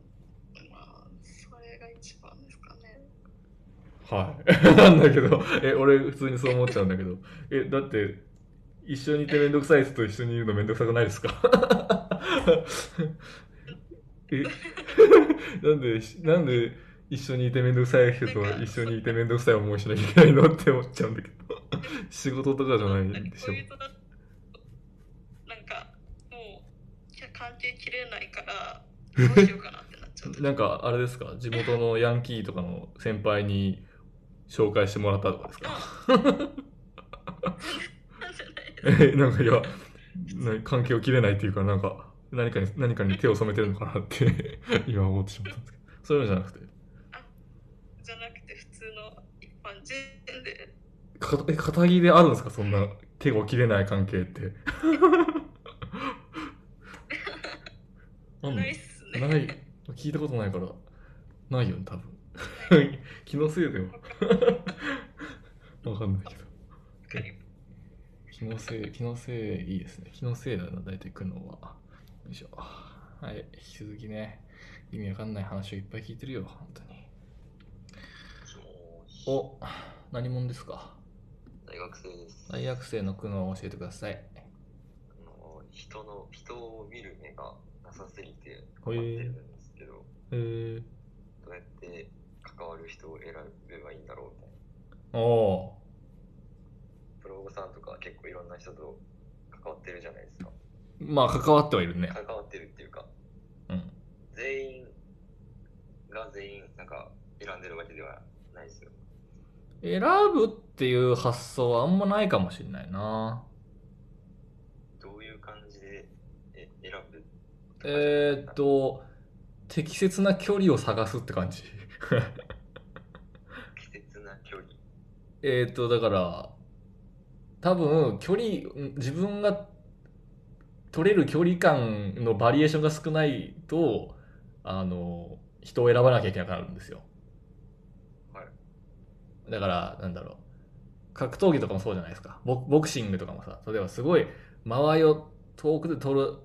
Speaker 9: ー、まあ、それが一番ですかね。
Speaker 1: はい。なんだけど、え、俺普通にそう思っちゃうんだけど、え、だって、一緒にいてめんどくさい人と一緒にいるのめんどくさくないですか え、 なんで、なんで一緒にいてめんどくさい人と一緒にいてめんどくさい思いしなきゃいけないのって思っちゃうんだけど、仕事とかじゃない
Speaker 9: なん
Speaker 1: んで
Speaker 9: か
Speaker 1: し
Speaker 9: こ
Speaker 1: ょ
Speaker 9: ういうとだなんかもう客
Speaker 10: 関係切れないから
Speaker 1: なんかあれですか地元のヤンキーとかの先輩に紹介してもらったとかですか えなんかいやな関係を切れないっていうかなんか何かに何かに手を染めてるのかなって 今思ってしまったんですけどそういうのじゃなくて
Speaker 10: じゃなくて普通の一般人で
Speaker 1: かえ片着であるんですかそんな手を切れない関係ってなん
Speaker 10: ないっすね
Speaker 1: ない聞いたことないからないよね多分 気のせいだよわかんないけど気のせい気のせいいいですね気のせいだな大体来るのはよいしょはい引き続きね意味わかんない話をいっぱい聞いてるよ本当にお何者ですか
Speaker 2: 大学生です。
Speaker 1: 大学生の苦悩を教えてください
Speaker 2: あの人の人を見る目がなさすぎて
Speaker 1: へ
Speaker 2: 困
Speaker 1: え
Speaker 2: ってるんですけど、
Speaker 1: えー、
Speaker 2: どうやって関わる人を選べばいいんだろうみたいな。
Speaker 1: おー
Speaker 2: ブログさんとか結構いろんな人と関わってるじゃないですか。
Speaker 1: まあ関わってはいるね
Speaker 2: 関わってるっていうか、
Speaker 1: うん
Speaker 2: 全員が全員なんか選んでるわけではないですよ。
Speaker 1: 選ぶっていう発想はあんまないかもしれないな
Speaker 2: どういう感じでえ選ぶ
Speaker 1: えー、っと適切な距離を探すって感じ
Speaker 2: 適切な距離。
Speaker 1: えーっとだから多分距離ん自分が取れる距離感のバリエーションが少ないとあの人を選ばなきゃいけなくなるんですよ
Speaker 2: はい。
Speaker 1: だからなんだろう格闘技とかもそうじゃないですかボボクシングとかもさ例えばすごい間合いを遠くで取る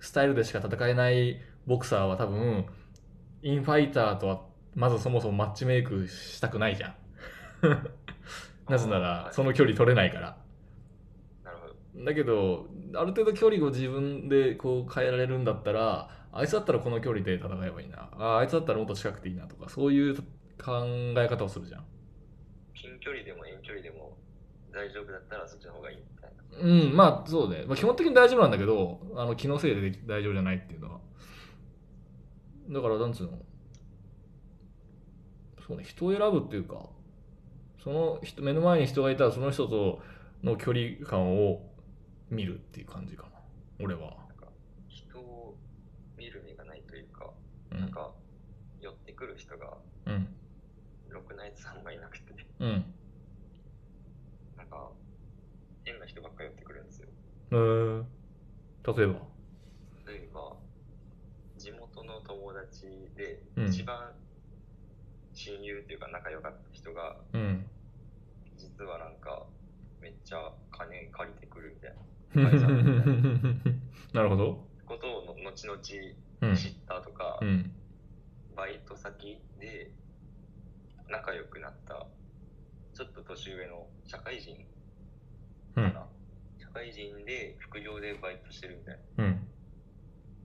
Speaker 1: スタイルでしか戦えないボクサーは多分インファイターとはまずそもそもマッチメイクしたくないじゃんなぜならその距離取れないから
Speaker 2: なるほど。
Speaker 1: だけどある程度距離を自分でこう変えられるんだったらあいつだったらこの距離で戦えばいいなああいつだったらもっと近くていいなとかそういう考え方をするじゃん
Speaker 2: 近距離でも遠距離でも大丈夫だったらそっちの方がいいみたいな。
Speaker 1: うん、まあそうね。まあ、基本的に大丈夫なんだけど、あの気のせいで大丈夫じゃないっていうのは。だから、なんつうの。そうね、人を選ぶっていうか、その人、目の前に人がいたら、その人との距離感を見るっていう感じかな。俺は。
Speaker 2: 人を見る目がないというか、
Speaker 1: う
Speaker 2: なん
Speaker 1: ん。
Speaker 2: か寄ってくる人が
Speaker 1: うん。
Speaker 2: ろくなやつあんまいなくて、
Speaker 1: うん。
Speaker 2: なんか変な人ばっか寄ってくるんですよ。
Speaker 1: えー、例えば。
Speaker 2: 例えば、地元の友達で
Speaker 1: うん
Speaker 2: 一番親友っていうか仲良かった人が、
Speaker 1: うん。
Speaker 2: 実はなんかめっちゃ金借りてくるみたいな
Speaker 1: なるほど。
Speaker 2: ことをの後々知
Speaker 1: うん。
Speaker 2: ったとか、
Speaker 1: うん。
Speaker 2: バイト先で仲良くなったちょっと年上の社会人
Speaker 1: う
Speaker 2: か
Speaker 1: ん。
Speaker 2: な、社会人で副業でバイトしてるみたいな
Speaker 1: うん。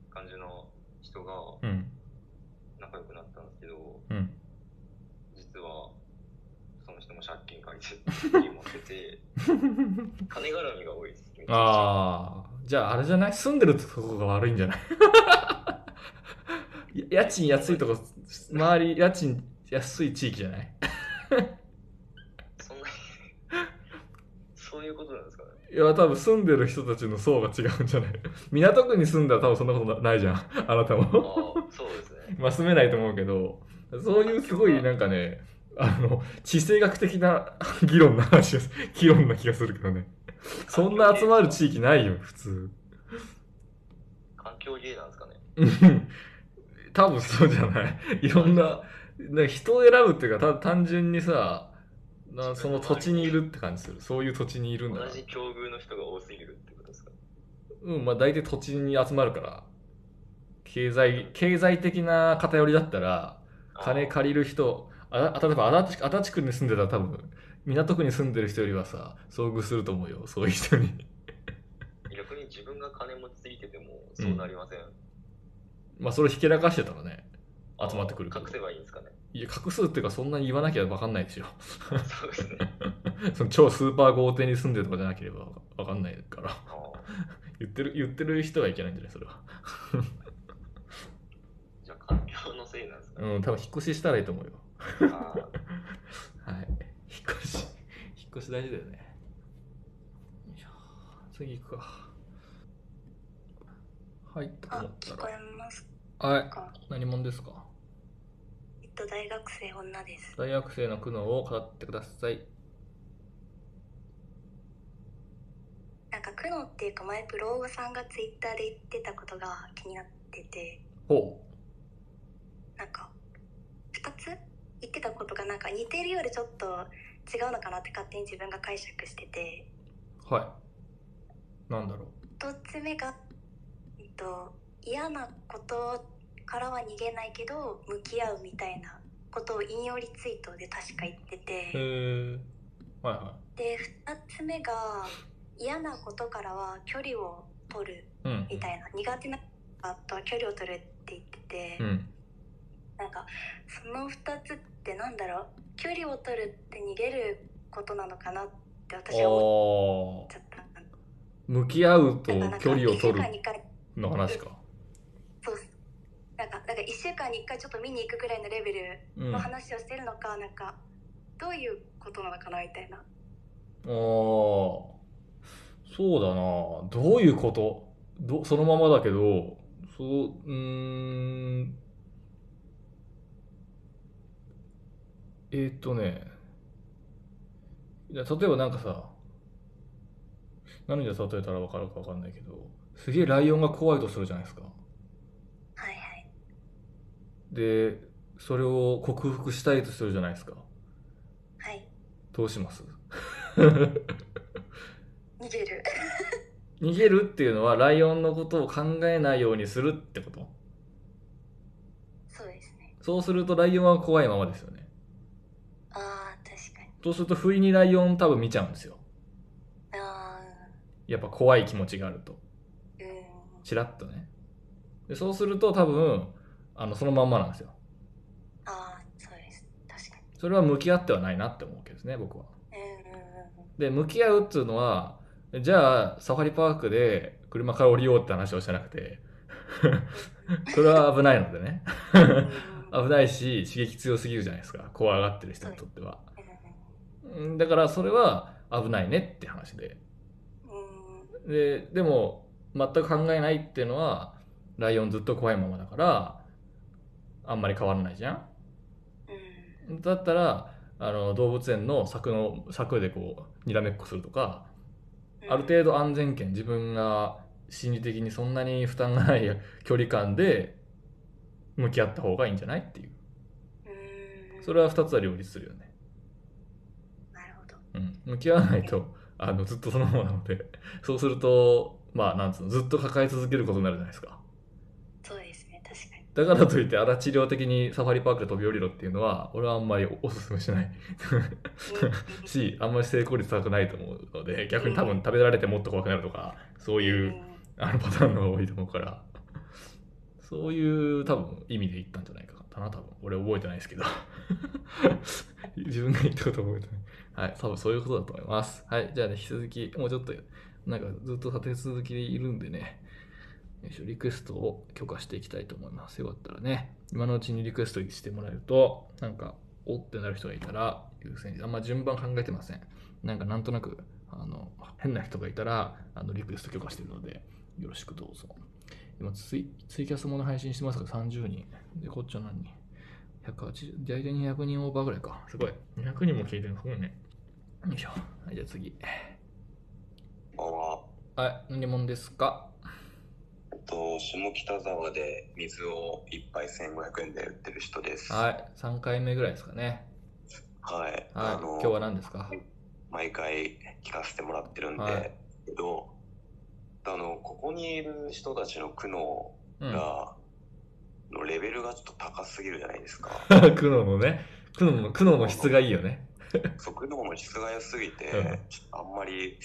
Speaker 2: 感じの人が
Speaker 1: うん。
Speaker 2: 仲良くなったんですけど
Speaker 1: うん。
Speaker 2: 実はその人も借金借りて家持っ てて金絡みが多いですめちゃくちゃ
Speaker 1: ああ、じゃああれじゃない住んでるとこが悪いんじ ゃないや家賃安いとこ、周り家賃安い地域じゃない
Speaker 2: そんなそういうことなんですかね
Speaker 1: いや、多分住んでる人たちの層が違うんじゃない港区に住んだら多分そんなことなないじゃん、あなた
Speaker 2: ああ
Speaker 1: も。
Speaker 2: そうですね
Speaker 1: まあ住めないと思うけど、そういうすごいなんかね、あの、地政学的な 議論の話です。議論な気がするけどね。そんな集まる地域ないよ、普通。
Speaker 2: 環境芸なんですかね
Speaker 1: うん多分そうじゃない。いろんな、なんか人を選ぶっていうか、た単純にさ、なその土地にいるって感じする。そういう土地にいるんだ
Speaker 2: 同
Speaker 1: な
Speaker 2: じ境遇の人が多すぎるってことですか
Speaker 1: うん、まあ大体土地に集まるから、経済、経済的な偏りだったら、金借りる人、あ例えば足立足立区に住んでたら多分、港区に住んでる人よりはさ、遭遇すると思うよ、そういう人に。
Speaker 2: 逆に自分が金持ちすぎててもそうなりません、
Speaker 1: まあそれひけらかしてたらね、集まってくるけど
Speaker 2: 隠。せばいいんですかね
Speaker 1: いや、隠すっていうかそんなに言わなきゃ分かんないでしょ。
Speaker 2: そ うですね
Speaker 1: その超スーパー豪邸に住んでるとかじゃなければわかんないから、
Speaker 2: ああ
Speaker 1: 言ってる言ってる人はいけないんじゃないそれは
Speaker 6: じゃあ環境のせいなんですかね
Speaker 1: うん多分引っ越ししたらいいと思うよ
Speaker 6: あー
Speaker 1: はい引っ越し引っ越し大事だよねよいしょ次行くかはいと思
Speaker 11: あ
Speaker 1: っ、
Speaker 11: 聞
Speaker 1: た
Speaker 11: こ
Speaker 1: ら
Speaker 11: えます。
Speaker 1: はい何者ですか
Speaker 11: えっと、大学生女です。
Speaker 1: 大学生の苦悩を語ってください
Speaker 11: なんか苦悩っていうか、前ブログさんがツイッターで言ってたことが気になってて、
Speaker 1: ほ
Speaker 11: なんか、二つ言ってたことがなんか似てるよりちょっと違うのかなって勝手に自分が解釈してて、
Speaker 1: うはいなんだろ
Speaker 11: 一つ目が、えっと、嫌なことからは逃げないけど、向き合うみたいなことを引用リツイートで確か言ってて、
Speaker 1: うへえはいは
Speaker 11: で2つ目が嫌なことからは距離を取る
Speaker 1: いうん
Speaker 11: みたいな、苦手なことは距離を取るって言ってて、
Speaker 1: うん
Speaker 11: なんかその2つってなんだろう距離を取るって逃げることなのかなって私は思っ
Speaker 1: おー
Speaker 11: ちゃった
Speaker 1: 向き合うと
Speaker 11: なんか
Speaker 1: 距離を取
Speaker 11: 1週
Speaker 1: る
Speaker 11: 間に一回
Speaker 1: の話か
Speaker 11: そうなんかなんか1週間に1回ちょっと見に行くぐらいのレベルの話をしてるのか、なんかどういうことなのかなみたいな
Speaker 1: ああ、そうだな。どういうことど、そのままだけど、そう、うーん。えーっとね。いや例えばなんかさ、何で例えたらわかるかわかんないけど、すげえライオンが怖いとするじゃないですか。
Speaker 11: はいはい
Speaker 1: で、それを克服したいとするじゃないですか。
Speaker 11: はい
Speaker 1: どうします
Speaker 11: 逃げる
Speaker 1: 逃げるっていうのはライオンのことを考えないようにするってこと
Speaker 11: そうですね
Speaker 1: そうするとライオンは怖いままですよね
Speaker 11: あー確かに
Speaker 1: そうすると不意にライオン多分見ちゃうんですよ
Speaker 11: あ
Speaker 1: やっぱ怖い気持ちがあると
Speaker 11: ーうん
Speaker 1: チラッとねでそうすると多分あのそのまんまなんですよ
Speaker 11: ああそうです確かに
Speaker 1: それは向き合ってはないなって思うわけですね僕は
Speaker 11: うんうんうん
Speaker 1: で向き合うっていうのはじゃあサファリパークで車から降りようって話をしてなくて それは危ないのでね危ないし刺激強すぎるじゃないですか怖がってる人にとってはうんだからそれは危ないねって話でででも全く考えないっていうのはライオンずっと怖いままだからあんまり変わらないじゃんだったらあの動物園の柵の柵でこうにらめっこするとかある程度安全圏自分が心理的にそんなに負担がない距離感で向き合った方がいいんじゃないっていうそれは2つは両立するよね
Speaker 11: なるほど
Speaker 1: うん、向き合わないとあのずっとそのままなのでそうするとまあなんつうのずっと抱え続けることになるじゃないですか
Speaker 11: そうですね確かに
Speaker 1: だからといってあら治療的にサファリパークで飛び降りろっていうのは俺はあんまりおすすめしない しあんまり成功率高くないと思うので逆に多分食べられてもっと怖くなるとかそういうあのパターンの方が多いと思うからそういう多分意味で言ったんじゃないかな多分俺覚えてないですけど 自分が言ったこと覚えてないはい多分そういうことだと思いますはいじゃあね引き続きもうちょっとなんかずっと立て続きでいるんでねよいしょリクエストを許可していきたいと思いますよかったらね今のうちにリクエストしてもらえるとなんかおってなる人がいたら優先あんま順番考えてませんなんかなんとなくあの変な人がいたらあのリクエスト許可してるのでよろしくどうぞ今ツイツイキャスもの配信してますが30人でこっちは何人180大体200人オーバーぐらいかすごい200人も聞いてるのすごいねよいしょはいじゃあ次
Speaker 12: こんばんは。
Speaker 1: はい何者ですか
Speaker 12: えっと、下北沢で水を1杯1500円で売ってる人です。
Speaker 1: はい3回目ぐらいですか ね
Speaker 12: は
Speaker 1: は
Speaker 12: い。
Speaker 1: い今日は何ですか
Speaker 12: 毎回聞かせてもらってるんで、
Speaker 1: はい
Speaker 12: けど、あの、ここにいる人たちの苦
Speaker 1: うん
Speaker 12: 悩が、のレベルがちょっと高すぎるじゃないですか。
Speaker 1: 苦悩のね苦悩の苦悩の質がいいよね
Speaker 12: そう苦悩の質が良すぎて、
Speaker 1: うん、
Speaker 12: ちょっとあんまり、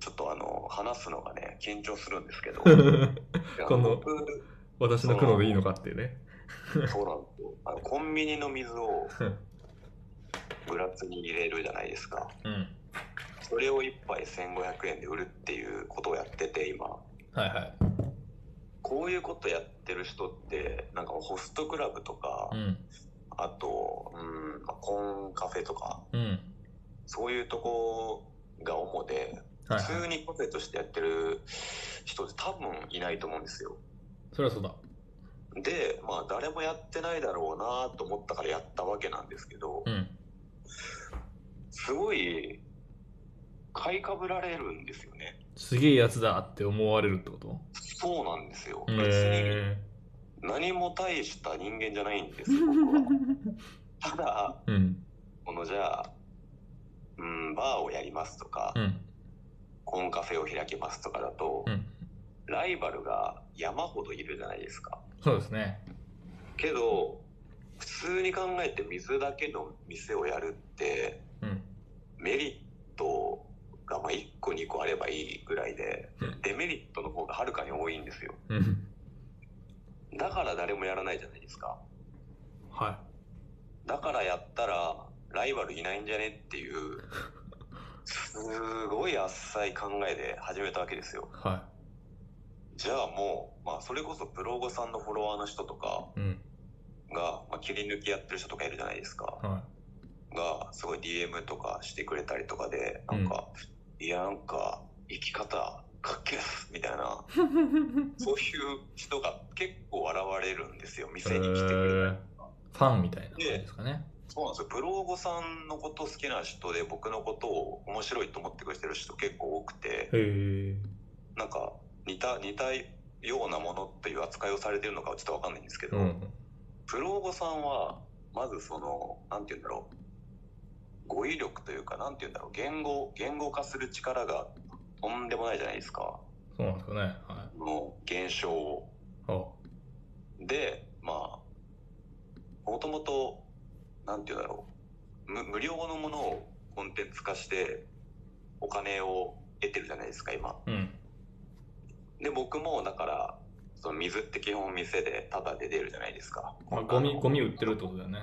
Speaker 12: ちょっとあの、話すのがね、緊張するんですけ ど
Speaker 1: こ
Speaker 12: いや
Speaker 1: の
Speaker 12: 僕
Speaker 1: 私の苦悩でいいのかっていうね
Speaker 12: そうなんですよあのコンビニの水をグラスに入れるじゃないですか
Speaker 1: うん
Speaker 12: それを1杯1500円で売るっていうことをやってて今
Speaker 1: はいはい。
Speaker 12: こういうことやってる人ってなんかホストクラブとか
Speaker 1: うん。
Speaker 12: あとうんまあコンカフェとか
Speaker 1: うん。
Speaker 12: そういうとこが主で
Speaker 1: はい
Speaker 12: 普通にカフェとしてやってる人って多分いないと思うんですよ
Speaker 1: それはそうだ。
Speaker 12: でまあ誰もやってないだろうなと思ったからやったわけなんですけど、
Speaker 1: うん
Speaker 12: すごい買いかぶられるんですよね
Speaker 1: すげえやつだって思われるってこと
Speaker 12: そうなんですよ、別に
Speaker 1: え
Speaker 12: 何も大した人間じゃないんです
Speaker 1: え
Speaker 12: よ ただ
Speaker 1: うん。
Speaker 12: このじゃあ、うん、バーをやりますとか、
Speaker 1: うん
Speaker 12: コンカフェを開きますとかだと、
Speaker 1: うん
Speaker 12: ライバルが山ほどいるじゃないですか
Speaker 1: そうですね。
Speaker 12: けど普通に考えて水だけの店をやるって、
Speaker 1: うん
Speaker 12: メリットがまあ1個2個あればいいぐらいで、デメリットの方がはるかに多いんですよ
Speaker 1: うん。
Speaker 12: だから誰もやらないじゃないですか
Speaker 1: は
Speaker 12: だからやったらライバルいないんじゃねっていうすごいあっさい考えで始めたわけですよ
Speaker 1: い。は
Speaker 12: じゃあもう、まあ、それこそブログさんのフォロワーの人とか
Speaker 1: い。うん。
Speaker 12: が、まあ、切り抜きやってる人とかいるじゃないですか
Speaker 1: は
Speaker 12: がすごい DM とかしてくれたりとかで
Speaker 1: い。うん。
Speaker 12: いやなんか生き方かっけえっすみたい なそういう人が結構現れるんですよ店に来てくれたり
Speaker 1: えーファンみたいな感じですかね。
Speaker 12: そうなんですよブロゴさんのこと好きな人で僕のことを面白いと思ってくれてる人結構多くて
Speaker 1: へえ。
Speaker 12: なんか似た似たようなものという扱いをされてるのかはちょっとわかんないんですけど、
Speaker 1: うん。
Speaker 12: ブロゴさんはまずそのなんて言うんだろう語彙力というかなんて言うんだろう言語言語化する力がとんでもないじゃないですか
Speaker 1: そうなんですかね。はい。
Speaker 12: の現象を。
Speaker 1: は
Speaker 12: でまあもともとなんて言うんだろう無無料のものをコンテンツ化してお金を得てるじゃないですか今
Speaker 1: あうん。
Speaker 12: で僕もだからその水って基本店でタダで出るじゃないですか
Speaker 1: まあ、ゴミ、ゴミ売ってるってことだよね。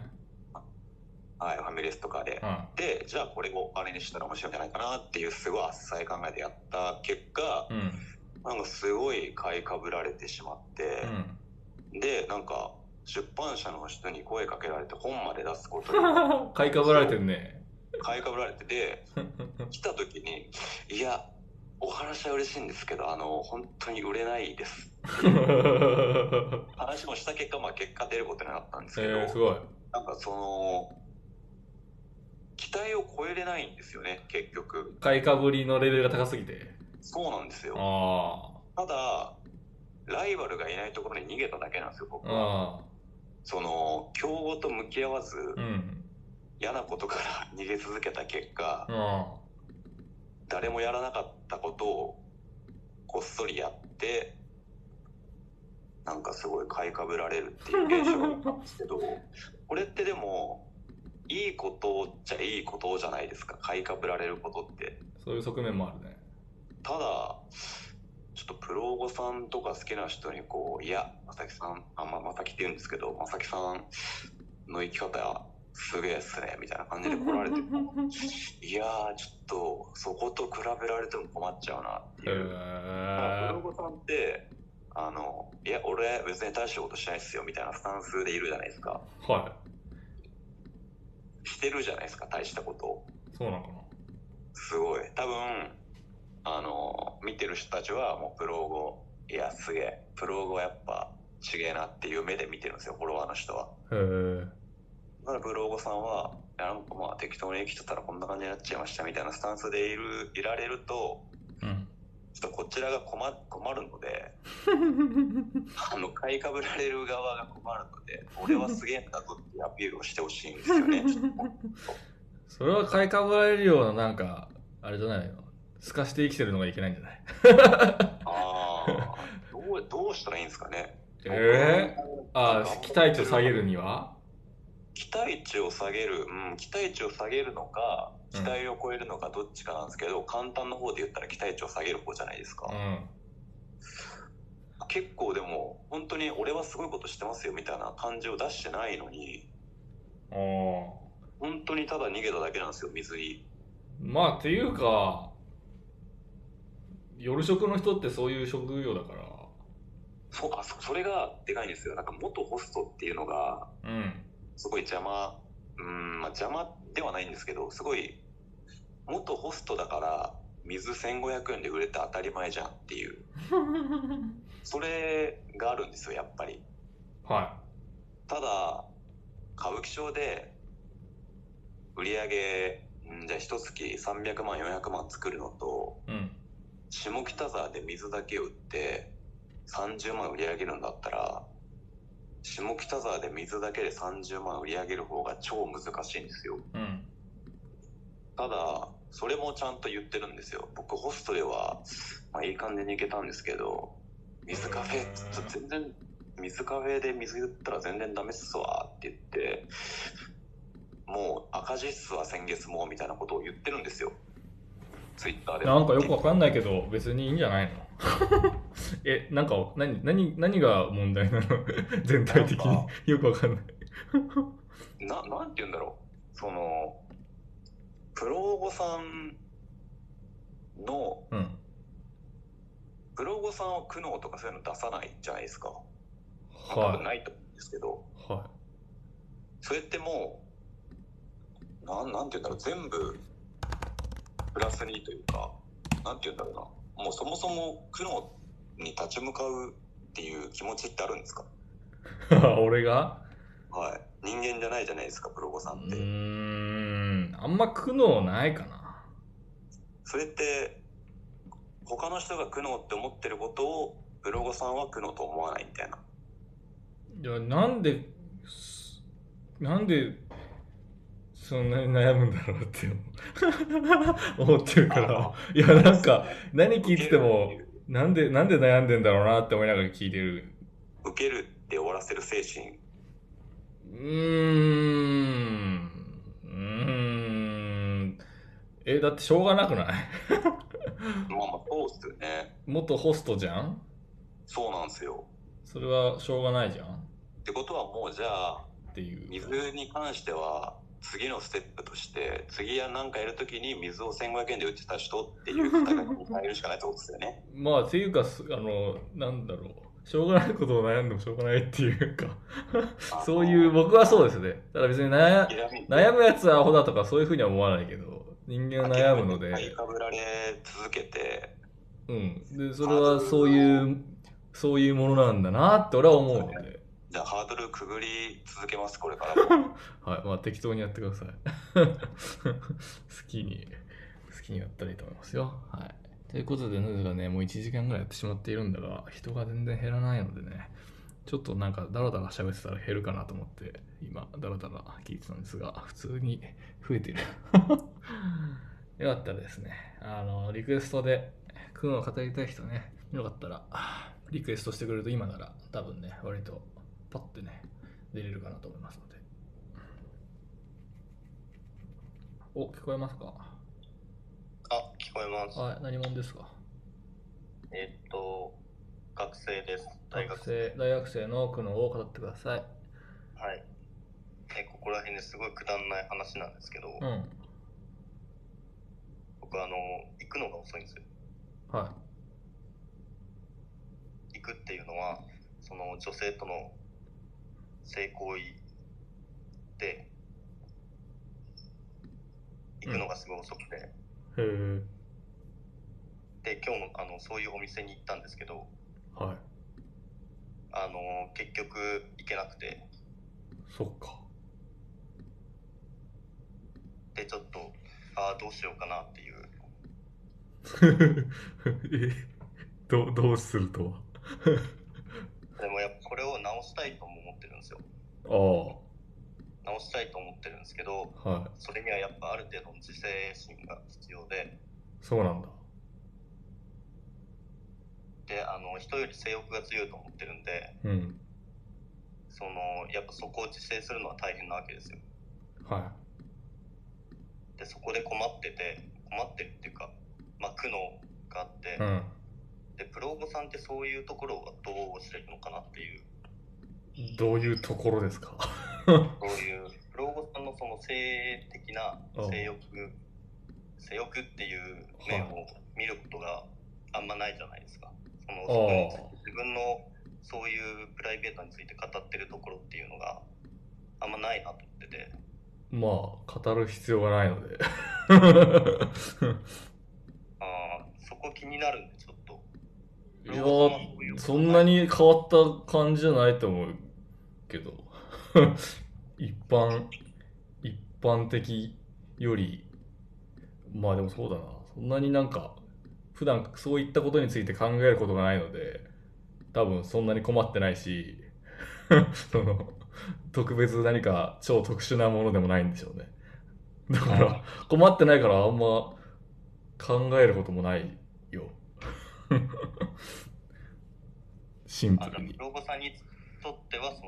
Speaker 12: はいファミレスとかで、
Speaker 1: うん。
Speaker 12: でじゃあこれをお金にしたら面白いんじゃないかなっていうすごい浅い考えでやった結果
Speaker 1: うん。
Speaker 12: なんかすごい買いかぶられてしまって、
Speaker 1: うん。
Speaker 12: でなんか出版社の人に声かけられて本まで出すことに
Speaker 1: 買いかぶられてるね。
Speaker 12: 買いかぶられ てで来た時に「いやお話は嬉しいんですけどあの本当に売れない です
Speaker 1: え」
Speaker 12: 話もした結果まあ結果出ることになったんですけど、
Speaker 1: ー、すごい。
Speaker 12: なんかその期待を超えれないんですよね結局
Speaker 1: 買いかぶりのレベルが高すぎて。
Speaker 12: そうなんですよ
Speaker 1: あ
Speaker 12: ただライバルがいないところに逃げただけなんですよ僕
Speaker 1: あ。
Speaker 12: は
Speaker 1: あ
Speaker 12: その競合と向き合わず、
Speaker 1: あ。うん。
Speaker 12: 嫌なことから逃げ続けた結果
Speaker 1: あ
Speaker 12: 誰もやらなかったことをこっそりやってなんかすごい買いかぶられるっていう現象があったんですけ どこれってでもいいことじゃいいことじゃないですか買いかぶられることって
Speaker 1: あ。そういう側面もあるね。
Speaker 12: ただちょっとプロゴさんとか好きな人にこう「いやまさきさんあんままさきって言うんですけどまさきさんの生き方すげえっすね」みたいな感じで来られていやーちょっとそこと比べられても困っちゃうなって
Speaker 1: へ
Speaker 12: いう、だからブ
Speaker 1: え
Speaker 12: ロ。グさんってあのいや俺別に大したことしないっすよみたいなスタンスでいるじゃないですか
Speaker 1: は
Speaker 12: してるじゃないですか大したことを
Speaker 1: い。そうなのかな。
Speaker 12: すごい多分あの見てる人たちはもうプロゴいやすげえプロゴやっぱちげえなっていう目で見てるんですよフォロワーの人は
Speaker 1: へえ。
Speaker 12: だからブロゴさんはいやなんかまあ適当に生きてたらこんな感じになっちゃいましたみたいなスタンスでいるいられると
Speaker 1: うん。
Speaker 12: ちょっとこちらが困困るの であの買いかぶられる側が困るので俺はすげえんだぞっていうアピールをしてほしいんですよね
Speaker 1: それは買いかぶられるような、なんか、あれじゃないの。透かして生きてるのがいけないんじゃない
Speaker 12: ああどうどうしたらいいんですかね
Speaker 1: ええああ、期待値を下げるには
Speaker 12: 期待値を下げる、うん、期待値を下げるのか期待を超えるのかどっちかなんですけど、簡単の方で言ったら期待値を下げる方じゃないですか、
Speaker 1: うん。
Speaker 12: 結構でも本当に俺はすごいことしてますよみたいな感じを出してないのに
Speaker 1: お
Speaker 12: 本当にただ逃げただけなんですよ水に
Speaker 1: まあっていうか夜職の人ってそういう職業だか
Speaker 12: そうあそそれがでかいんですよなんか元ホストっていうのが
Speaker 1: らうん
Speaker 12: すごい邪魔うんまあ邪魔ではないんですけどすごい元ホストだから水1500円で売れて当たり前じゃんっていうそれがあるんですよやっぱり
Speaker 1: は
Speaker 12: ただ歌舞伎町で売り上げうんじゃあ一月300万400万作るのと、
Speaker 1: うん
Speaker 12: 下北沢で水だけ売って30万売り上げるんだったら下北沢で水だけで30万売り上げる方が超難しいんですよ
Speaker 1: うん
Speaker 12: ただそれもちゃんと言ってるんですよ僕ホストでは、まあ、いい感じに行けたんですけど水カフェちょっと全然水カフェで水言ったら全然ダメっすわって言ってもう赤字っすわ先月もみたいなことを言ってるんですよツイッターで
Speaker 1: なんかよくわかんないけど別にいいんじゃないの えなんか何何何が問題なの 全体的によくわかんない
Speaker 12: ななんて言うんだろうそのプロゴさんの、
Speaker 1: うん
Speaker 12: プロゴさんは苦悩とかそういうの出さないじゃないですか、まあ多分
Speaker 1: は
Speaker 12: ないと思うんですけど
Speaker 1: いは
Speaker 12: それってもうなんなんて言うんだろう全部プラスにというかなんて言うんだろうなもうそもそも苦悩に立ち向かうっていう気持ちってあるんですか
Speaker 1: い俺が
Speaker 12: はい人間じゃないじゃないですかプロゴさんって
Speaker 1: うーんあんま苦悩ないかな
Speaker 12: それって他の人が苦悩って思ってることをブロゴさんは苦悩と思わないみたいない
Speaker 1: やなんですなんでそんなに悩むんだろうって思う思ってるからいやなんか何聞いててもなんでなんで悩んでんだろうなって思いながら聞いてる
Speaker 12: 受けるって終わらせる精神
Speaker 1: うーんうーんえだってしょうがなくない
Speaker 12: まあまあそうっすよね
Speaker 1: 元ホストじゃん
Speaker 12: そうなんですよ
Speaker 1: それはしょうがないじゃん
Speaker 12: ってことはもうじゃあ
Speaker 1: っていう
Speaker 12: 水に関しては次のステップとして次や何かやるときに水を1500円で売ってた人っていう方が変えるしかないってことですよね
Speaker 1: まあっていうかすあのなんだろうしょうがないことを悩んでもしょうがないっていうかそういう僕はそうですねただ別に悩悩むやつはアホだとかそういうふうには思 わないけど人間は悩むので
Speaker 12: 買いかぶられ続けて
Speaker 1: うんでそれはそういうそういうものなんだなって俺は思うので
Speaker 12: じゃあハードルくぐり続けますこれから
Speaker 1: はい、まあ適当にやってください。 好きに、好きにやったらいいと思いますよ。はい。ということで、ヌーがね、もう1時間ぐらいやってしまっているんだが、人が全然減らないのでね、ちょっとなんかダラダラ喋ってたら減るかなと思って、今、ダラダラ聞いてたんですが、普通に増えてる。 よかったらですね。あの、リクエストで、君を語りたい人ね、よかったら、リクエストしてくれると今なら、多分ね、割と、パッてね、出れるかなと思いますので。お、聞こえますか
Speaker 13: あ、聞こえます。
Speaker 1: はい、何者ですか
Speaker 13: えっと、学生です。大
Speaker 1: 学
Speaker 13: 学。
Speaker 1: 生、大学生の苦悩を語ってください。
Speaker 13: はい。え、ここら辺ですごいくだんない話なんですけど、
Speaker 1: うん。
Speaker 13: 僕、あの、行くのが遅いんですよ。
Speaker 1: は
Speaker 13: 行くっていうのは、その女性との性行為で、行くのがすごい遅くて、
Speaker 1: い。へえ。
Speaker 13: で、今日の、あの、そういうお店に行ったんですけど、
Speaker 1: はい。
Speaker 13: あの、結局行けなくて、
Speaker 1: そっか。
Speaker 13: で、ちょっと、ああ、どうしようかなっていう
Speaker 1: えどどうすると
Speaker 13: でもやっぱこれを直したいとも思ってるんですよ。
Speaker 1: は
Speaker 13: 直したいと思ってるんですけど、
Speaker 1: ああ、はい。
Speaker 13: それにはやっぱある程度の自制心が必要で、
Speaker 1: そうなんだ。
Speaker 13: で、あの、人より性欲が強いと思ってるんで、
Speaker 1: うん。
Speaker 13: その、やっぱそこを自制するのは大変なわけですよ。
Speaker 1: は
Speaker 13: で、そこで困ってて、困ってるっていうか、まあ苦悩があって、
Speaker 1: い。うん。
Speaker 13: で、プローボさんってそういうところはどうしてるのかなっていう、
Speaker 1: どういうところですか
Speaker 13: そういう、プローボさんのその性的な性欲、性欲っていう面を見ることがあんまないじゃないですか。その
Speaker 1: ああ
Speaker 13: そこについて自分のそういうプライベートについて語ってるところっていうのがあんまないなと思ってて。
Speaker 1: まあ、語る必要がないので。
Speaker 13: あーそこ気になるんでちょっと
Speaker 1: いやー、そんなに変わった感じじゃないと思うけど、 一般、一般的より、まあでもそうだな、そんなになんか、普段そういったことについて考えることがないので、多分そんなに困ってないし、 その、特別何か超特殊なものでもないんでしょうね。だから、困ってないからあんま考えることもないよ。シンプルに。
Speaker 13: 老後さんにとってはその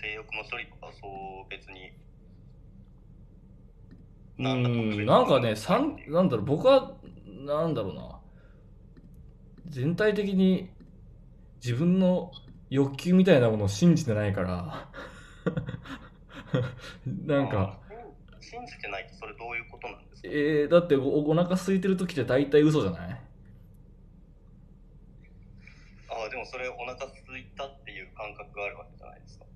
Speaker 13: 性欲の処理とかそう別に
Speaker 1: うん、なんかね、さんなんだろう、僕は、なんだろうな、全体的に自分の欲求みたいなものを信じてないから、 なんか、
Speaker 13: 信じてないってそれどういうことなんですか
Speaker 1: えー、だっておお腹空いてる時って大体嘘じゃない
Speaker 13: ああでもそれお腹空いたっていう感覚があるわけじゃないですか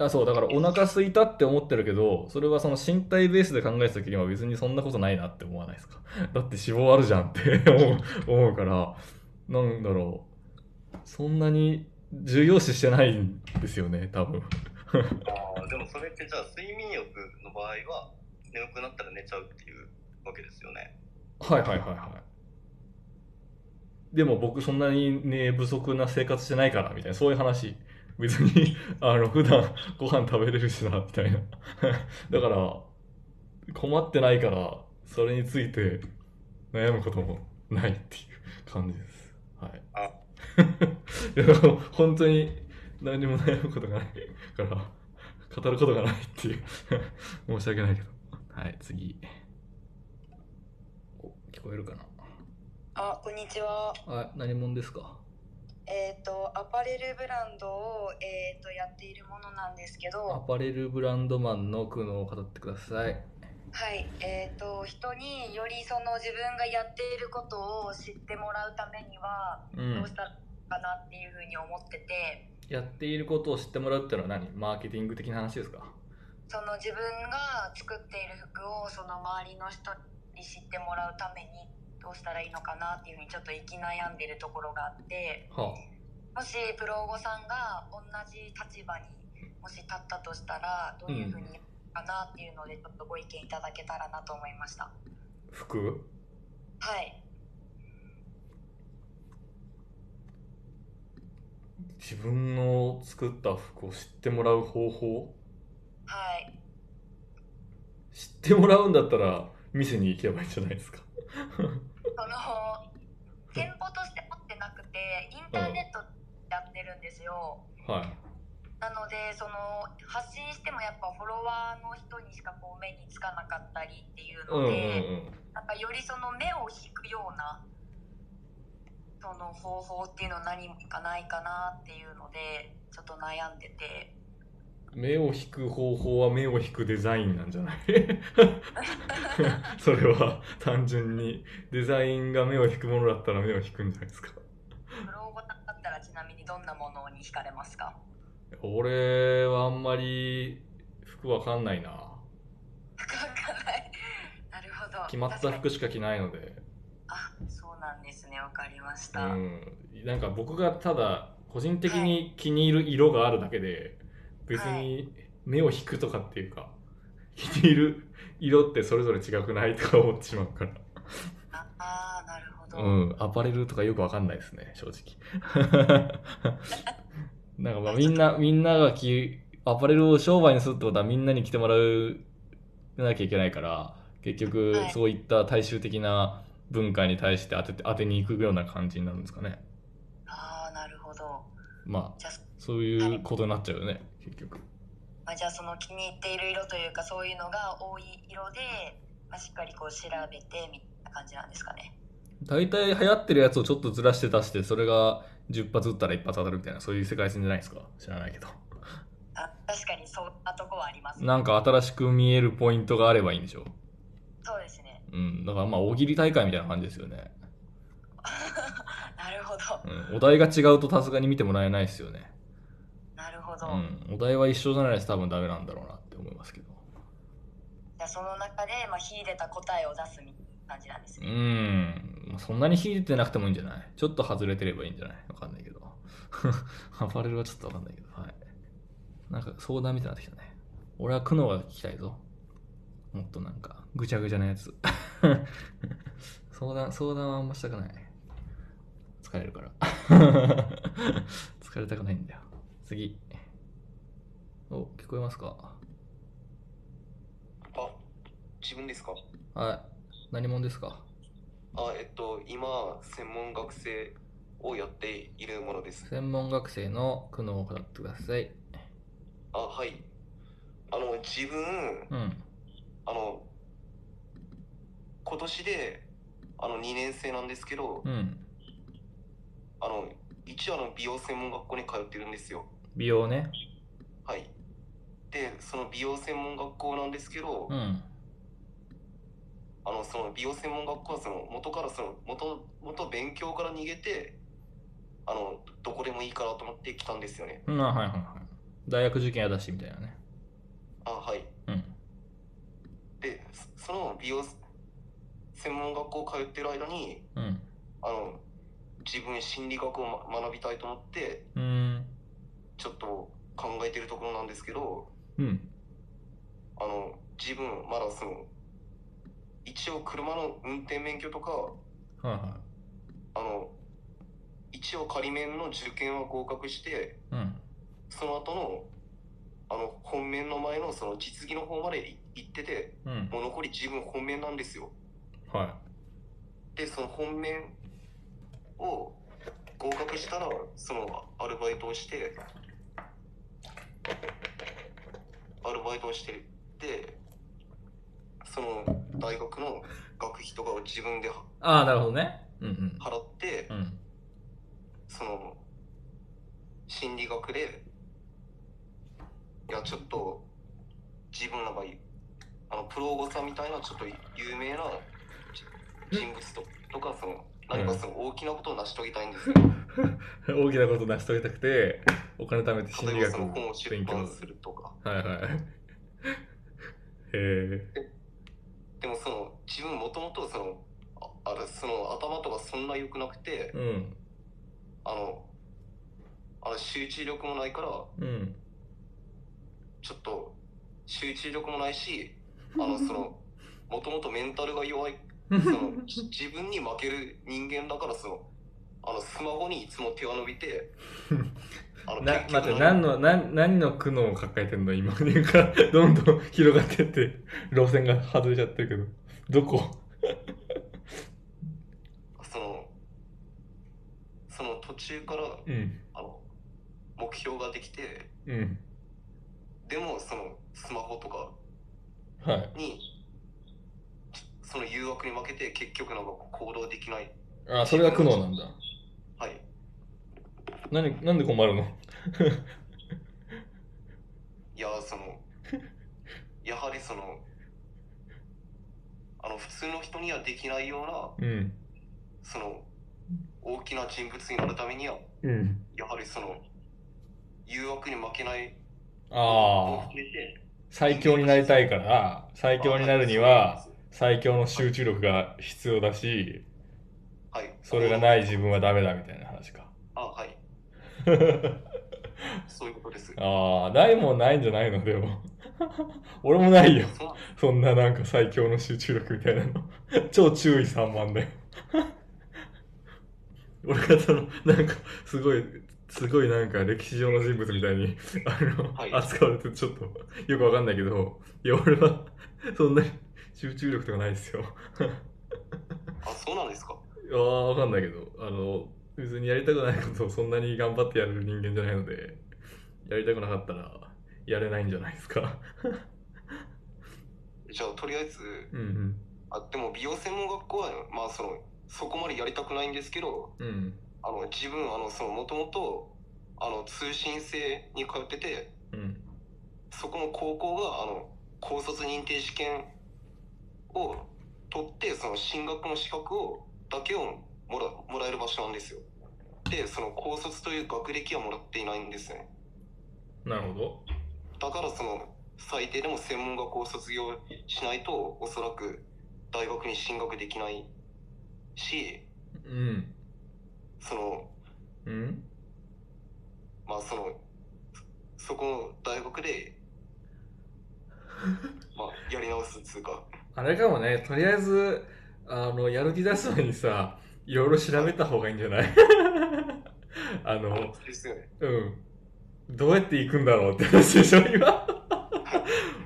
Speaker 1: あ、そう、だからお腹空いたって思ってるけど、それはその身体ベースで考えた時には別にそんなことないなって思わないですか。 だって脂肪あるじゃんって 思う思うから、なんだろう。そんなに重要視してないんですよね、多分。
Speaker 13: あーでもそれってじゃあ睡眠欲の場合は眠くなったら寝ちゃうっていうわけですよね
Speaker 1: はいはいはいはい。でも僕そんなに寝不足な生活してないから、みたいな、そういう話。別に、 あの、普段ご飯食べれるしな、みたいな。 だから、困ってないから、それについて悩むこともないっていう感じです。 はい。いや、でも本当に何にも悩むことがないから、語ることがないっていう。 申し訳ないけど。はい、次。お聞こえるかな
Speaker 14: あ、こんにちは。
Speaker 1: あ、何者ですか
Speaker 14: えっ、と、アパレルブランドを、えっ、と、やっているものなんですけ
Speaker 1: ア
Speaker 14: ど。
Speaker 1: パレルブランドマンの苦悩を語ってください。
Speaker 14: はい、えっ、と、人によりその自分がやっていることを知ってもらうためには。
Speaker 1: うん
Speaker 14: どうしたらいいかなっていうふうに思ってて。
Speaker 1: やっていることを知ってもらうってのは何マーケティング的な話ですか
Speaker 14: その自分が作っている服を、その周りの人に知ってもらうために。どうしたらいいのかなっていうふうに、ちょっと生き悩んでいるところがあって。
Speaker 1: は
Speaker 14: もしプロゴさんが同じ立場にもし立ったとしたらどういうふうにやるかなっていうのでちょっとご意見いただけたらなと思いました
Speaker 1: 服
Speaker 14: はい
Speaker 1: 自分の作った服を知ってもらう方法
Speaker 14: はい
Speaker 1: 知ってもらうんだったら店に行けばいいんじゃないですか
Speaker 14: その店舗として持ってなくてインターネットでやってるんですよ
Speaker 1: は
Speaker 14: なのでその発信してもやっぱフォロワーの人にしかこう目につかなかったりっていう
Speaker 1: うんうん
Speaker 14: の
Speaker 1: う
Speaker 14: で、
Speaker 1: ん
Speaker 14: なんかよりその目を引くようなその方法っていうの何かないかなっていうのでちょっと悩んでて
Speaker 1: 目を引く方法は目を引くデザインなんじゃない それは単純にデザインが目を引くものだったら目を引くんじゃないですか
Speaker 14: ブログだったらちなみにどんなものに惹かれますか
Speaker 1: 俺はあんまり服わかんないな
Speaker 14: なるほど
Speaker 1: 決まった服しか着ないので
Speaker 14: あそうなんですねわかりまし
Speaker 1: う
Speaker 14: た、
Speaker 1: んなんか僕がただ個人的に気に入る色があるだけで別に目を引くとかっていうか 気に入る色ってそれぞれ違くないとか思ってしまうから
Speaker 14: ああなるほど、
Speaker 1: うんアパレルとかよくわかんないですね正 直なんかまあみんなみんなが着アパレルを商売にするってことはみんなに着てもらうなきゃいけないから結局そういった大衆的な文化に対して当てて当てに行くような感じになるんですかね
Speaker 14: ああなるほど、
Speaker 1: まあそういうことになっちゃうよね結局
Speaker 14: まあ、じゃあその気に入っている色というかそういうのが多い色で、まあ、しっかりこう調べてみたいな感じなんですかね
Speaker 1: 大体流行ってるやつをちょっとずらして出してそれが10発撃ったら1発当たるみたいなそういう世界線じゃないですか知らないけど
Speaker 14: あ確かにそんなとこはあります
Speaker 1: なんか新しく見えるポイントがあればいいんでしょ
Speaker 14: そうですね
Speaker 1: うん、だからまあ大喜利大会みたいな感じですよね。
Speaker 14: なるほど。
Speaker 1: うん、お題が違うとさすがに見てもらえないですよね。
Speaker 14: なるほ
Speaker 1: う
Speaker 14: ど。
Speaker 1: ん、お題は一緒じゃないです多分ダメなんだろうなって思いますけど。
Speaker 14: じゃあその中で、まあ、秀でた答えを出すみたいな感じなんです
Speaker 1: う
Speaker 14: ね。
Speaker 1: ん、そんなに引いてなくてもいいんじゃないちょっと外れてればいいんじゃないわかんないけど。 アパレルはちょっとわかんないけど。はい。なんか相談みたいになってきたね。俺は苦悩が聞きたいぞ。もっとなんか、ぐちゃぐちゃなやつ。 相談、相談はあんましたくない。疲れるから。 疲れたくないんだよ。次。お、聞こえますか
Speaker 15: あ、 自分ですか
Speaker 1: はい。何者ですか
Speaker 15: あ、えっと、今、専門学生をやっているものです。
Speaker 1: 専門学生の苦悩を語ってください。
Speaker 15: あ、はい。あの、自分、
Speaker 1: うん。
Speaker 15: あの、今年で、あの、2年生なんですけど、
Speaker 1: うん。
Speaker 15: あの、一応あの、美容専門学校に通ってるんですよ。
Speaker 1: 美容ね。
Speaker 15: はい。で、その美容専門学校なんですけど、
Speaker 1: うん。
Speaker 15: あのその美容専門学校はその元からその元元勉強から逃げてあのどこでもいいからと思って来たんですよね
Speaker 1: うん、あはいはいはい。大学受験やだしみたいなね。
Speaker 15: あはい、
Speaker 1: うん
Speaker 15: でそその美容専門学校通ってる間に
Speaker 1: うん。
Speaker 15: あの自分心理学をま学びたいと思って
Speaker 1: うん。
Speaker 15: ちょっと考えてるところなんですけど
Speaker 1: うん。
Speaker 15: あの自分まだその一応車の運転免許とか
Speaker 1: はいは
Speaker 15: あの一応仮面の受験は合格して、
Speaker 1: うん
Speaker 15: その後のあの本面の前のその実技の方までい行ってて、
Speaker 1: うん
Speaker 15: もう残り自分本面なんですよ
Speaker 1: い。はい。
Speaker 15: でその本面を合格したらそのアルバイトをしてアルバイトをしてでその大学の学費とかを自分で
Speaker 1: ああ、なるほどね。うんうん。
Speaker 15: 払って、
Speaker 1: うん
Speaker 15: その心理学でいやちょっと自分なんかいあのプロゴさんみたいなちょっと有名な人物ととかその何かその大きなことを成し遂げたいんですよ、
Speaker 1: 大きなこと成し遂げたくて、お金貯めて心
Speaker 15: 例
Speaker 1: 理
Speaker 15: え
Speaker 1: 学
Speaker 15: ばそ
Speaker 1: を
Speaker 15: の本を出
Speaker 1: 勉強
Speaker 15: 版するとか
Speaker 1: はいはい。へえ。
Speaker 15: でもその自分もともとそのああれその頭とかそんな良くなくて、
Speaker 1: うん。
Speaker 15: あのあの集中力もないから
Speaker 1: うん。
Speaker 15: ちょっと集中力もないしあのそのもともとメンタルが弱いそのじ自分に負ける人間だからそのあのスマホにいつも手を伸びてあの
Speaker 1: な
Speaker 15: 結局
Speaker 1: 待って、何の、何何の苦悩を抱えてんの今。 なんか、どんどん広がってって、路線が外れちゃってるけど。どこ
Speaker 15: そのその途中から、
Speaker 1: うん
Speaker 15: あの目標ができて
Speaker 1: うん。
Speaker 15: でもそのスマホとか
Speaker 1: はい。
Speaker 15: にその誘惑に負けて結局なんか行動できない
Speaker 1: ああ、それが苦悩なんだ。
Speaker 15: はい
Speaker 1: 何、なんで困るの
Speaker 15: いやそのやはりそのあの普通の人にはできないような、
Speaker 1: うん
Speaker 15: その大きな人物になるためには
Speaker 1: うん。
Speaker 15: やはりその誘惑に負けない
Speaker 1: ああ。最強になりたいから、最強になるには、最強の集中力が必要だし、それがない自分はダメだみたいな話か。
Speaker 15: あはい そういうことです
Speaker 1: ああ、ないもんないんじゃないの、でも。 俺もないよ。そんななんか最強の集中力みたいなの。 超注意散漫だよ。 俺がその、なんか、すごい、すごいなんか歴史上の人物みたいに、あの、扱われてちょっと、よくわかんないけど、いや、俺は、そんなに集中力とかないですよ。
Speaker 15: あそうなんですか
Speaker 1: いやーわかんないけど、あの、別にやりたくないことをそんなに頑張ってやる人間じゃないので、やりたくなかったら、やれないんじゃないですか。
Speaker 15: じゃあとりあえず
Speaker 1: うん
Speaker 15: あでも美容専門学校はまあそのそこまでやりたくないんですけど
Speaker 1: うん。うん。
Speaker 15: あの自分あのそのもともとあの通信制に通ってて、
Speaker 1: うん
Speaker 15: そこの高校があの高卒認定試験を取ってその進学の資格をだけをもらもらえる場所なんですよでその高卒という学歴はもらっていないんですね
Speaker 1: なるほど。
Speaker 15: だからその最低でも専門学校を卒業しないとおそらく大学に進学できないし
Speaker 1: うん。
Speaker 15: その
Speaker 1: うん。
Speaker 15: まあそのそこの大 学でまあやり直すっつうか
Speaker 1: あれかもね、とりあえず、あの、やる気出すのにさ、いろいろ調べた方がいいんじゃない あの、
Speaker 15: ですよね
Speaker 1: うん。どうやって行くんだろうって話でしょ、今。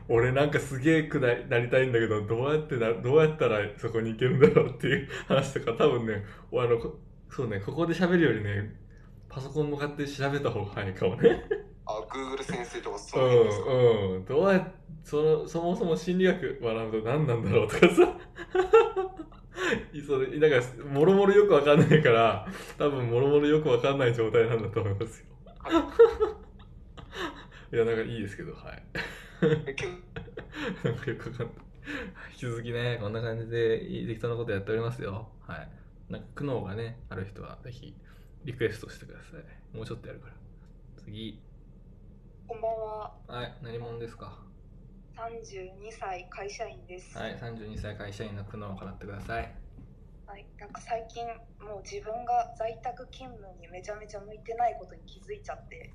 Speaker 1: 俺なんかすげえくななりたいんだけど、どうやってな、どうやったらそこに行けるんだろうっていう話とか、多分ね、あの、こそうね、ここで喋るよりね、パソコン向かって調べた方が早いかもね。
Speaker 15: あ Google 先生とかそうういうのですか
Speaker 1: ん、うん。どうやっその、そもそも心理学学ぶと何なんだろうとかさ。 それ、なんか、もろもろよくわかんないから、多分もろもろよくわかんない状態なんだと思いますよ。 いや、なんかいいですけど、はい。なんかよくわかんない。 引き続きね、こんな感じで適当なことやっておりますよ。はい。なんか苦悩がね、ある人はぜひリクエストしてください。もうちょっとやるから。次。
Speaker 16: こんばんは。
Speaker 1: はい、何者ですか
Speaker 16: 三十二歳会社員です。
Speaker 1: はい、32歳会社員の苦悩を語ってください。
Speaker 16: はい。なんか最近もう自分が在宅勤務にめちゃめちゃ向いてないことに気づいちゃって、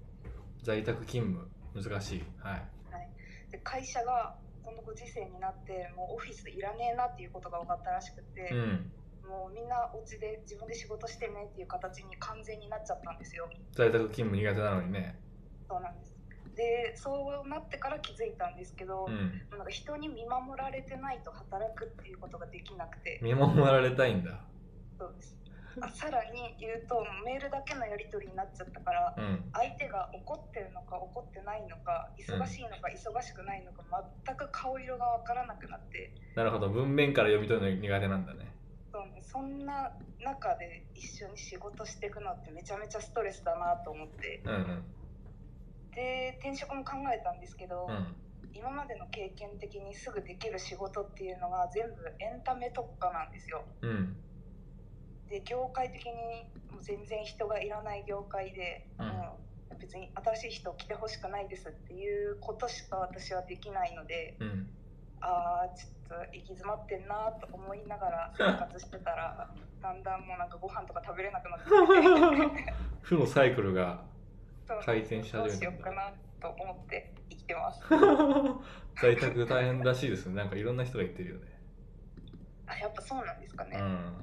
Speaker 1: 在宅勤務、難しい。はい。
Speaker 16: はい。で会社がこのご時世になってもうオフィスいらねえなっていうことが分かったらしくて、
Speaker 1: うん。
Speaker 16: もうみんなお家で自分で仕事してねっていう形に完全になっちゃったんですよ。
Speaker 1: 在宅勤務苦手なのにね。
Speaker 16: そうなんです。でそうなってから気づいたんですけど、
Speaker 1: うん
Speaker 16: なんか人に見守られてないと働くっていうことができなくて
Speaker 1: 見守られたいんだ。
Speaker 16: そうですあさらに言うとメールだけのやり取りになっちゃったから、
Speaker 1: うん
Speaker 16: 相手が怒ってるのか怒ってないのか忙しいのか忙しくないのか全く顔色がわからなくなって
Speaker 1: なるほど、文面から読み取るの苦手なんだね。
Speaker 16: そうねそんな中で一緒に仕事していくのってめちゃめちゃストレスだなと思って
Speaker 1: うんうん。
Speaker 16: で転職も考えたんですけど、
Speaker 1: うん
Speaker 16: 今までの経験的にすぐできる仕事っていうのが全部エンタメ特化なんですよ。
Speaker 1: うん。
Speaker 16: で業界的にもう全然人がいらない業界で、
Speaker 1: うん
Speaker 16: もう別に新しい人来てほしくないですっていうことしか私はできないので
Speaker 1: うん。
Speaker 16: ああちょっと行き詰まってんなと思いながら生活してたらだんだんもうなんかご飯とか食べれなくなってき て
Speaker 1: 負のサイクルが
Speaker 16: そう
Speaker 1: 回転し始
Speaker 16: どう
Speaker 1: め
Speaker 16: したよ
Speaker 1: ん
Speaker 16: う
Speaker 1: だ。
Speaker 16: かなと思って生きて ます。
Speaker 1: 在宅大変らしいですね。なんかいろんな人が言ってるよね。
Speaker 16: あやっぱそうなんですかね。
Speaker 1: うん。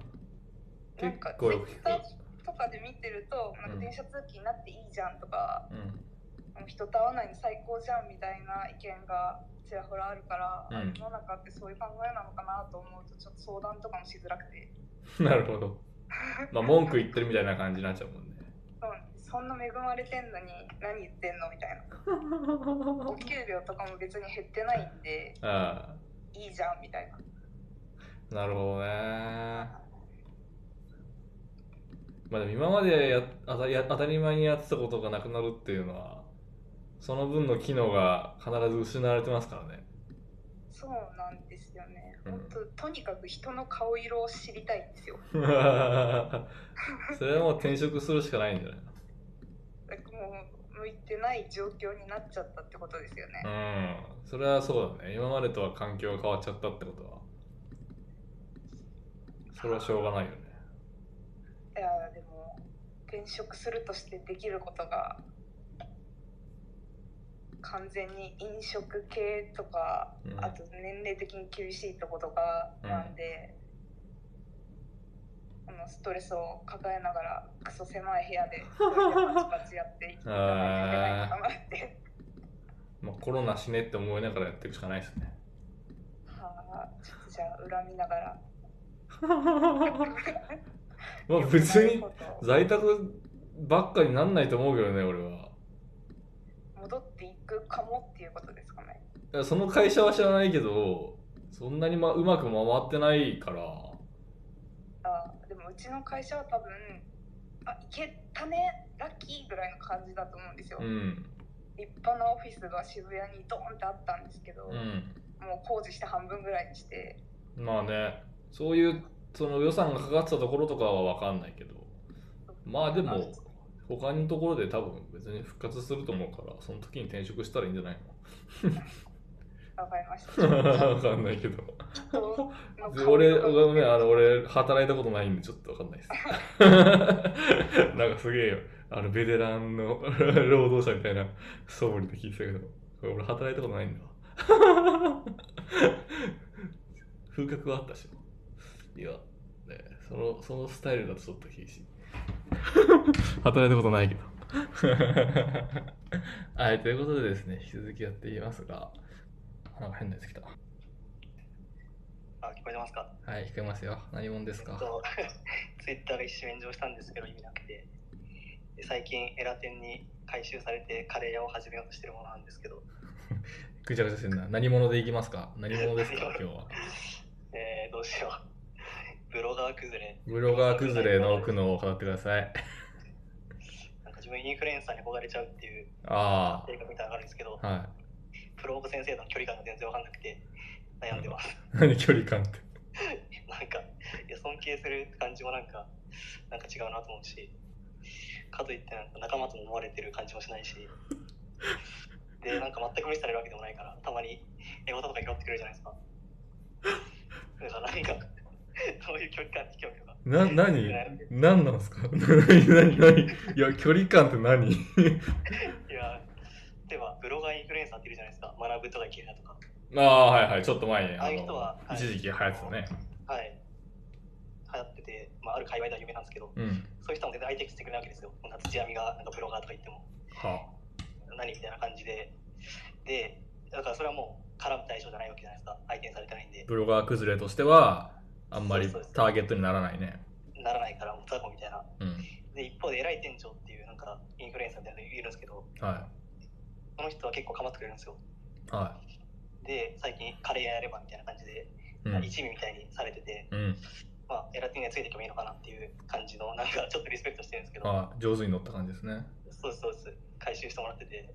Speaker 16: なんか
Speaker 1: こうよく聞く。
Speaker 16: とかで見てるとなんか電車通勤になっていいじゃんとか、もう人と会わないの最高じゃんみたいな意見がちらほらあるから、
Speaker 1: うん
Speaker 16: 世の中ってそういう考えなのかなと思うとちょっと相談とかもしづらくて
Speaker 1: うん。 なるほど。まあ文句 言ってるみたいな感じになっちゃうもんね。
Speaker 16: そうそんな恵まれてんのに何言ってんのみたいなお給料とかも別に減ってないんで
Speaker 1: あ
Speaker 16: いいじゃんみたいな
Speaker 1: あ、なるほどね。まあでも今までや当たや当たり前にやってたことがなくなるっていうのは、その分の機能が必ず失われてますからね。
Speaker 16: そうなんですよね、
Speaker 1: うん
Speaker 16: ほんととにかく人の顔色を知りたいんですよ
Speaker 1: それはもう転職するしかないんじゃない
Speaker 16: なんかもう向いてない状況になっちゃったってことですよね、
Speaker 1: うん、それはそうだね。今までとは環境が変わっちゃったってことは。それはしょうがないよね。
Speaker 16: いやでも転職するとしてできることが完全に飲食系とか、
Speaker 1: うん
Speaker 16: あと年齢的に厳しいとことか
Speaker 1: うん
Speaker 16: なんで、このストレスを抱えながらクソ狭い部屋でパチパチやっていきたい
Speaker 1: あ
Speaker 16: かなって
Speaker 1: ーまあ、コロナ死ねって思いながらやっていくしかないですね。
Speaker 16: はあちょっとじゃあ恨みなが ら
Speaker 1: まあ別に在宅ばっかりなんないと思うけどね、俺は。
Speaker 16: 戻っていくかもっていうことですかね
Speaker 1: いやその会社は知らないけど、そんなにまうまく回ってないから、
Speaker 16: あでもうちの会社は多分あいけたねラッキーぐらいの感じだと思うんですよ、
Speaker 1: うん、
Speaker 16: 立派なオフィスが渋谷にドーンってあったんですけど、
Speaker 1: うん。
Speaker 16: もう工事して半分ぐらいにして
Speaker 1: まあね、そういうその予算がかかってたところとかは分かんないけどまあでも他のところで多分別に復活すると思うからその時に転職したらいいんじゃない
Speaker 16: わかりまし
Speaker 1: の 分
Speaker 16: た。
Speaker 1: かんないけど
Speaker 16: ちょっと
Speaker 1: 俺ごめんあの俺働いたことないんでちょっと分かん ないですなんかすげえよあのベテランの 労働者みたいな素振りで聞いてたけどこれ俺働いたことないんだわ 風格はあったしいや、ね、そのそのスタイルだとちょっと厳し い働いたことないけど はいということでですね引き続きやっていきますがあなんか変なやつ来た
Speaker 17: あ、聞こえてますか
Speaker 1: はい聞こえますよ何者ですか
Speaker 17: ツイッターが一瞬炎上したんですけど意味なくてで最近エラ店に回収されてカレー屋を始めようとしてるものなんですけど、
Speaker 1: ぐちゃぐちゃしてんな何者でいきますか何者ですか 今日は
Speaker 17: えー、どうしようブロガー崩れ
Speaker 1: ブロガー崩れの苦悩を語ってください
Speaker 17: なんか自分インフルエンサーに憧れちゃうっていう
Speaker 1: あ
Speaker 17: 性格みたいなのがあるんですけど
Speaker 1: あ はい
Speaker 17: プローブ先生との距離感が全然わかんなくて悩んでます
Speaker 1: 何距離感って
Speaker 17: なんかいや尊敬する感じもなんかなんか違うなと思うしかといってなんか仲間とも思われてる感じもしないしでなんか全く無視されるわけでもないからたまにエゴサとか拾ってくれるじゃないですかだからなんかそういう距離感に興味が
Speaker 1: な何何なんですか 何何何いや距離感って何
Speaker 17: いや例えばブロガーインフルエンサーっているじゃないですか学ぶとか消えたとか
Speaker 1: ああはいはいちょっと前に
Speaker 17: ああ
Speaker 1: あ
Speaker 17: いう人は
Speaker 1: の一時期流行ってたね
Speaker 17: はい流行ってて、まあ、ある界隈では有名なんですけど、
Speaker 1: うん
Speaker 17: そういう人も全然相手してくれないわけですよこんな土闇がなんかブロガーとか言っても
Speaker 1: は
Speaker 17: 何みたいな感じででだからそれはもう絡む対象じゃないわけじゃないですか相手にされてないんで
Speaker 1: ブロガー崩れとしてはあんまりターゲットにならないね
Speaker 17: ならないからもう雑魚みたいな
Speaker 1: うん
Speaker 17: で一方で偉い店長っていうなんかインフルエンサーみたいなのがいるんですけど
Speaker 1: は
Speaker 17: その人は結構構ってくれるんですよ
Speaker 1: いは
Speaker 17: で最近カレー屋やればみたいな感じで、
Speaker 1: うん
Speaker 17: 一味みたいにされてて、
Speaker 1: いうん
Speaker 17: まあ、エラティにはついていけばいいのかなっていう感じのなんかちょっとリスペクトしてるんですけど、
Speaker 1: はい上手に乗った感じですね
Speaker 17: そうですそうです回収してもらってて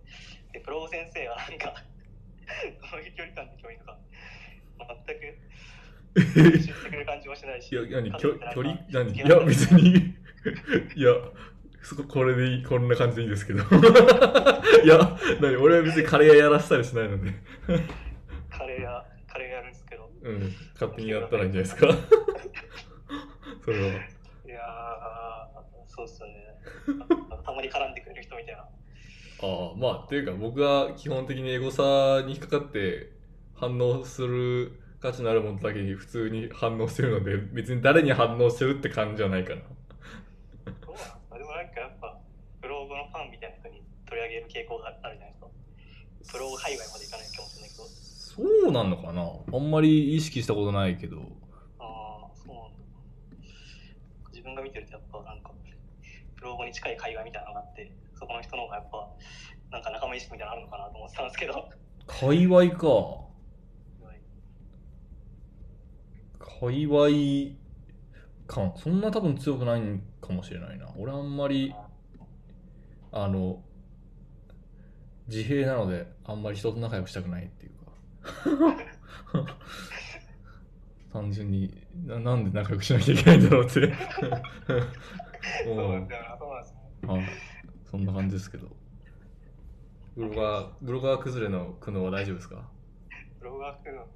Speaker 17: でプロボ先生はなんかこの距離感で教員とか全く回収してくれる感じもしないし
Speaker 1: いや何
Speaker 17: か
Speaker 1: 距
Speaker 17: とって
Speaker 1: 離
Speaker 17: なんか
Speaker 1: 距離何い
Speaker 17: 付き合
Speaker 1: や
Speaker 17: わない
Speaker 1: 別にいやそここれでいいこんな感じでいいですけど いや何俺は別にカレー屋やらせたりしないので
Speaker 17: カレー屋カレー屋やるんですけど
Speaker 1: うん勝手にやったらいいんじゃないですか それはい
Speaker 17: やーそうっすよね たまに絡んでくれる人みたいな
Speaker 1: ああまあっていうか僕は基本的にエゴサに引っかかって反応する価値のあるものだけに普通に反応してるので別に誰に反応してるって感じじゃないかな
Speaker 17: でもなんかやっぱブログのファンみたいな人に取り上げる傾向があるじゃないですかブログ界隈までいかないかもしれないけど
Speaker 1: そうなのかなあんまり意識したことないけど
Speaker 17: ああそうなんだ自分が見てるとやっぱなんかブログに近い界隈みたいなのがあってそこの人の方がやっぱなんか仲間意識みたいなのあるのかなと思ってたんですけど
Speaker 1: 界隈か。界隈感、そんな多分強くないんかもしれないな。俺あんまり、あの、自閉なので、あんまり人と仲良くしたくないっていうか。 単純にな、なんで仲良くしなきゃいけないんだろう って。そうなんだよな、そうなんですはい、そんな感じですけど。ブロガー、ブロガー崩れの苦悩は大丈夫ですか
Speaker 17: ブロガークの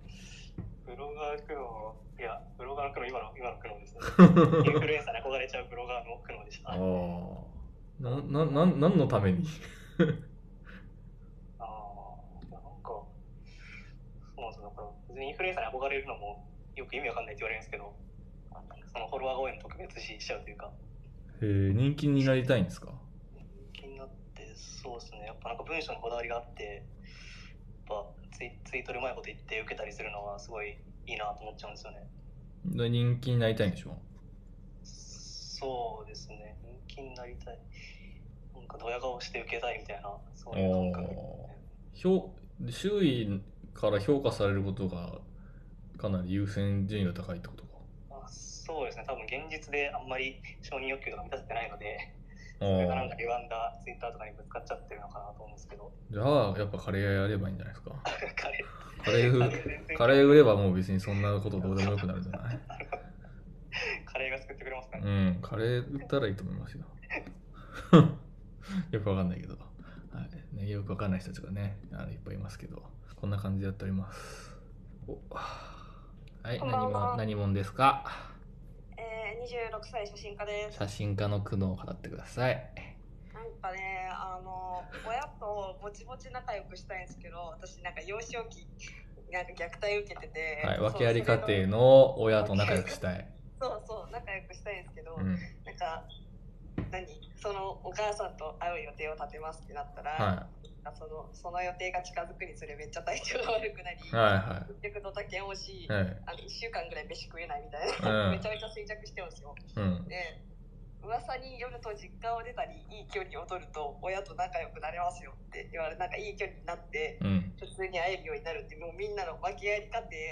Speaker 17: ブロガークのいやブロガーのクの今の今のクのですねインフルエンサーに憧れちゃうブロガーのクのでした
Speaker 1: ああ。な、な、なん、何のために
Speaker 17: そうなんですよだから別にインフルエンサーに憧れるのもよく意味わかんないって言われるんですけどそのフォロワーが多いの特別視しちゃうというか
Speaker 1: えー人気になりたいんですか
Speaker 17: 気になってそうですねやっぱなんか文章にこだわりがあってやっぱツイツイートでうまいこと言って受けたりするのはすごいいいなと思っちゃうんですよね
Speaker 1: で人気になりたいんでしょ
Speaker 17: そうですね人気になりたいなんかドヤ顔して受けたいみたいなそういう
Speaker 1: おお。評周囲から評価されることがかなり優先順位が高いってことか。
Speaker 17: そうですね多分現実であんまり承認欲求が満たせてないのでそれがなんか歪んだツイッターとかにぶつかっちゃってるのかなと思うんですけど、
Speaker 1: じゃあ、やっぱカレー屋やればいいんじゃないですか。
Speaker 17: カレ
Speaker 1: カレー売カレー売ればもう別にそんなことどうでもよくなるんじゃない
Speaker 17: ー カレーが作ってくれますかね。
Speaker 1: うん、カレー売ったらいいと思いますよ。 よくわかんないけど、はいね。よくわかんない人たちがね、あのいっぱいいますけど、こんな感じでやっております。おはい、
Speaker 18: こんばん
Speaker 1: 何
Speaker 18: は
Speaker 1: も何もんですか
Speaker 18: えー、26歳写真家です。
Speaker 1: 写真家の苦悩を語ってください。
Speaker 18: なんかね、あの親とぼちぼち仲良くしたいんですけど、私なんか幼少期なんか虐待受けてて、
Speaker 1: はい、
Speaker 18: そう
Speaker 1: 訳あり家庭の親と仲良くしたい。
Speaker 18: そうそう仲良くしたいんですけど、
Speaker 1: うん
Speaker 18: なんか何そのお母さんと会う予定を立てますってなったら、
Speaker 1: は
Speaker 18: なんかそのその予定が近づくにつれめっちゃ体調が悪くなり、
Speaker 1: はい は
Speaker 18: 結局ドタキャンをし、
Speaker 1: はい
Speaker 18: あの1週間ぐらい飯食えないみたいな、
Speaker 1: うん
Speaker 18: めちゃめちゃ衰弱してるんですよ。
Speaker 1: うん
Speaker 18: で噂によると実家を出たりいい距離を取ると親と仲良くなれますよって言われなんかいい距離になって、
Speaker 1: うん
Speaker 18: 普通に会えるようになるってもうみんなの分け合い家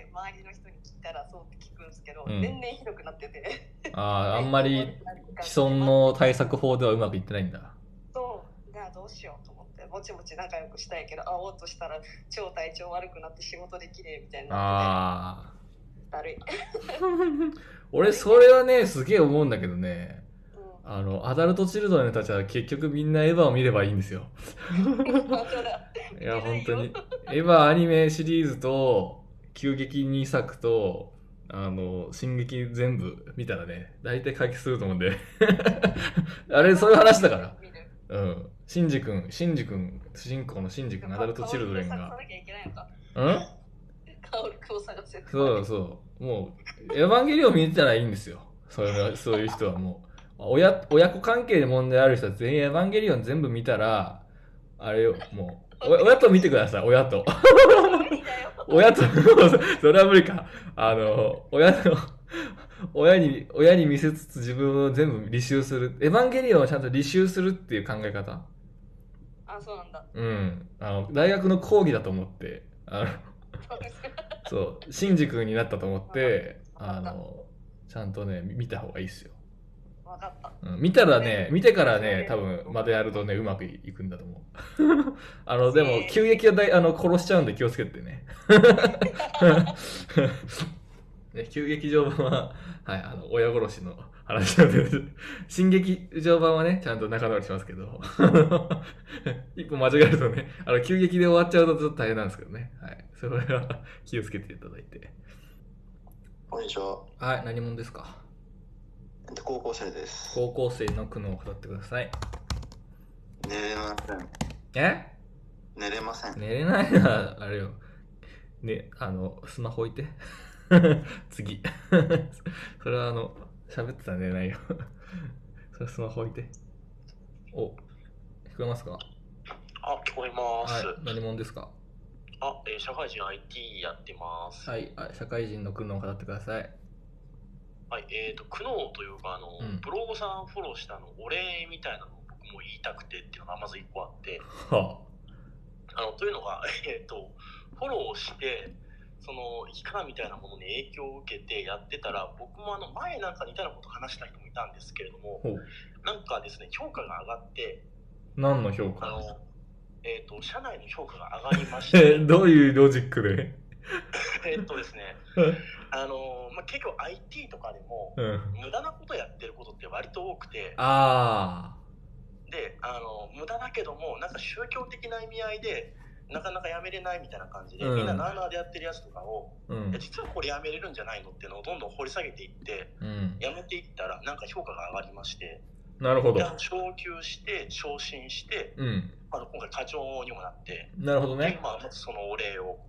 Speaker 18: 庭周りの人に聞いたらそうって聞くんですけど、
Speaker 1: うん
Speaker 18: 年々ひどくなってて
Speaker 1: ああ、あ んまり既存の対策法ではうまくいってないんだ。
Speaker 18: そうじゃあどうしようと思ってぼちぼち仲良くしたいけど会おうとしたら超体調悪くなって仕事できねえみたいになって
Speaker 1: ああ。
Speaker 18: てだるい
Speaker 1: 俺それはねすげえ思うんだけどね、あのアダルトチルドレンたちは結局みんなエヴァを見ればいいんですよいや本当にエヴァアニメシリーズと急激2作とあの進撃全部見たらね大体解決すると思うんで あれそういう話だからうんシンジ君シンジ君主人公のシンジ君アダルトチルドレンがうん
Speaker 18: カオル君を探せ
Speaker 1: そうそう。もう、エヴァンゲリオン見てたらいいんですよ。そういうのそういう人はもう。親親子関係で問題ある人は全員エヴァンゲリオン全部見たら、あれよ、もう、お親と見てください、親と。親と、それは無理か。あの、親の、親に、親に見せつつ自分を全部履修する。エヴァンゲリオンをちゃんと履修するっていう考え方。
Speaker 18: あそうなんだ
Speaker 1: うん、あの大学の講義だと思ってあのそうシンジ君になったと思ってあのちゃんとねみ見た方がいいっすよ、
Speaker 18: 分かった
Speaker 1: うん、見たらね見てからね多分またやるとねうまくいいくんだと思う あのでも急激はだいあの殺しちゃうんで気をつけ てねね急激上版は、 はい、あの親殺しの話なので、進撃上版はね、ちゃんと仲直りしますけど、 一歩間違えるとね、あの急激で終わっちゃうとちょっと大変なんですけどね、はい、それは気をつけていただいて。
Speaker 19: こんにちは。
Speaker 1: はい、何者ですか
Speaker 19: えっと高校生です。
Speaker 1: 高校生の苦悩を語ってください。
Speaker 19: 寝れません。
Speaker 1: え
Speaker 19: 寝れません。
Speaker 1: 寝れないな、 あれよ。ね、あの、スマホ置いて。 次。 それはあの、喋ってたら寝れないよ。 それはスマホ置いて。お、聞こえますか
Speaker 20: あ、聞こえます。
Speaker 1: はい、何者ですか
Speaker 20: あ、えー社会人 IT やってます。
Speaker 1: はい、あ社会人の苦悩を語ってください。
Speaker 20: はい、えっ、と、苦悩というか、あの、
Speaker 1: うん
Speaker 20: ブログさんフォローしたあのお礼みたいなのを僕も言いたくてっていうのがまず一個あって、
Speaker 1: は
Speaker 20: あのというのが、 えっ、と、フォローして、その生き方みたいなものに影響を受けてやってたら、僕もあの前なんか似たようなこと話した人もいたんですけれども、
Speaker 1: ほう
Speaker 20: なんかですね、評価が上がって、
Speaker 1: 何の評価
Speaker 20: あの、えっ、と、社内の評価が上がりまし て
Speaker 1: え、、どういうロジックで
Speaker 20: えっとですね、あのまあ、結構 IT とかでも、
Speaker 1: うん
Speaker 20: 無駄なことやってることって割と多くて、
Speaker 1: あ
Speaker 20: であの無駄だけども、なんか宗教的な意味合いで、なかなかやめれないみたいな感じで、
Speaker 1: うん
Speaker 20: みんななーなーでやってるやつとかを、
Speaker 1: うん
Speaker 20: いや実はこれやめれるんじゃないのっていうのをどんどん掘り下げていって、
Speaker 1: うん
Speaker 20: やめていったら、なんか評価が上がりまして、
Speaker 1: あ、なるほど
Speaker 20: 一。旦昇給して、昇進して、
Speaker 1: うん
Speaker 20: あの今回、課長にもなって、
Speaker 1: なるほどね
Speaker 20: でまあ、まずそのお礼を。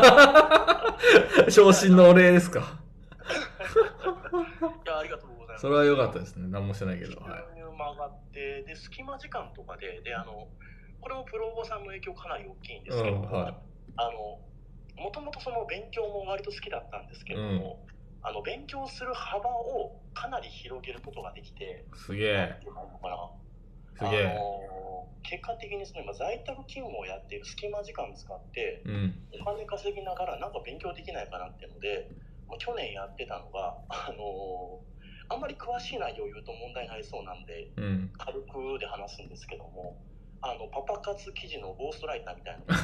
Speaker 1: 昇進のお礼ですか。
Speaker 20: いや、ありがとうございます。
Speaker 1: それは良かったですね。何もしてないけど。はい。
Speaker 20: 収入も上がって、で、隙間時間とかで、で、あの、これもプロゴさんの影響かなり大きいんで
Speaker 1: う
Speaker 20: すけど、
Speaker 1: ん、は
Speaker 20: あの、もともとその勉強も割と好きだったんですけ
Speaker 1: い。
Speaker 20: れ
Speaker 1: う
Speaker 20: ど
Speaker 1: ん
Speaker 20: も、。あの、勉強する幅をかなり広げることができて、
Speaker 1: すげえ。すげ
Speaker 20: あ
Speaker 1: え。
Speaker 20: の結果的にその今在宅勤務をやっている隙間時間使って、
Speaker 1: うん。
Speaker 20: お金稼ぎながらなんか勉強できないかなっていうので、まあ去年やってたのが、あのあんまり詳しい内容を言うと問題になりそうなんで、
Speaker 1: うん
Speaker 20: 軽くで話すんですけども、あのパパ活記事のゴーストライターみたいな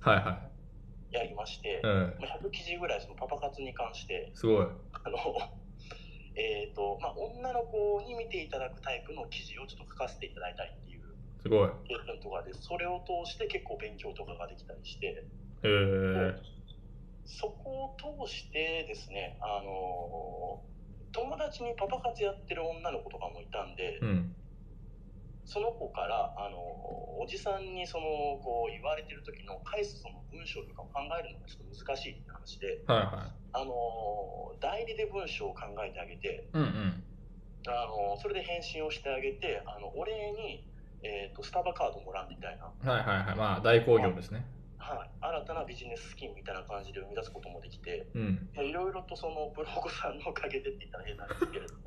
Speaker 1: はいは
Speaker 20: やりまして、
Speaker 1: うん
Speaker 20: まあ、100記事ぐらいそのパパ活に関して
Speaker 1: い。すごい。
Speaker 20: あの えーとまあ、女の子に見ていただくタイプの記事をちょっと書かせていただいたりっていう
Speaker 1: すごい。
Speaker 20: 経験とかでそれを通して結構勉強とかができたりして
Speaker 1: へえ。
Speaker 20: そこを通してですねあの友達にパパ活やってる女の子とかもいたんで、
Speaker 1: うん。
Speaker 20: その子からあのおじさんにそのこう言われてる時の返すその文章とかを考えるのがちょっと難しいって話で、
Speaker 1: はいは
Speaker 20: あの代理で文章を考えてあげて、
Speaker 1: い。うんうん。
Speaker 20: あのそれで返信をしてあげてあのお礼に、えー、とスタバカードもらうみたいな、
Speaker 1: はいはいはい。まあ、大好評ですね。
Speaker 20: はい、新たなビジネススキンみたいな感じで生み出すこともできて
Speaker 1: うん。
Speaker 20: まあいろいろとそのブログさんのおかげでって言ったら変なんですけれ ども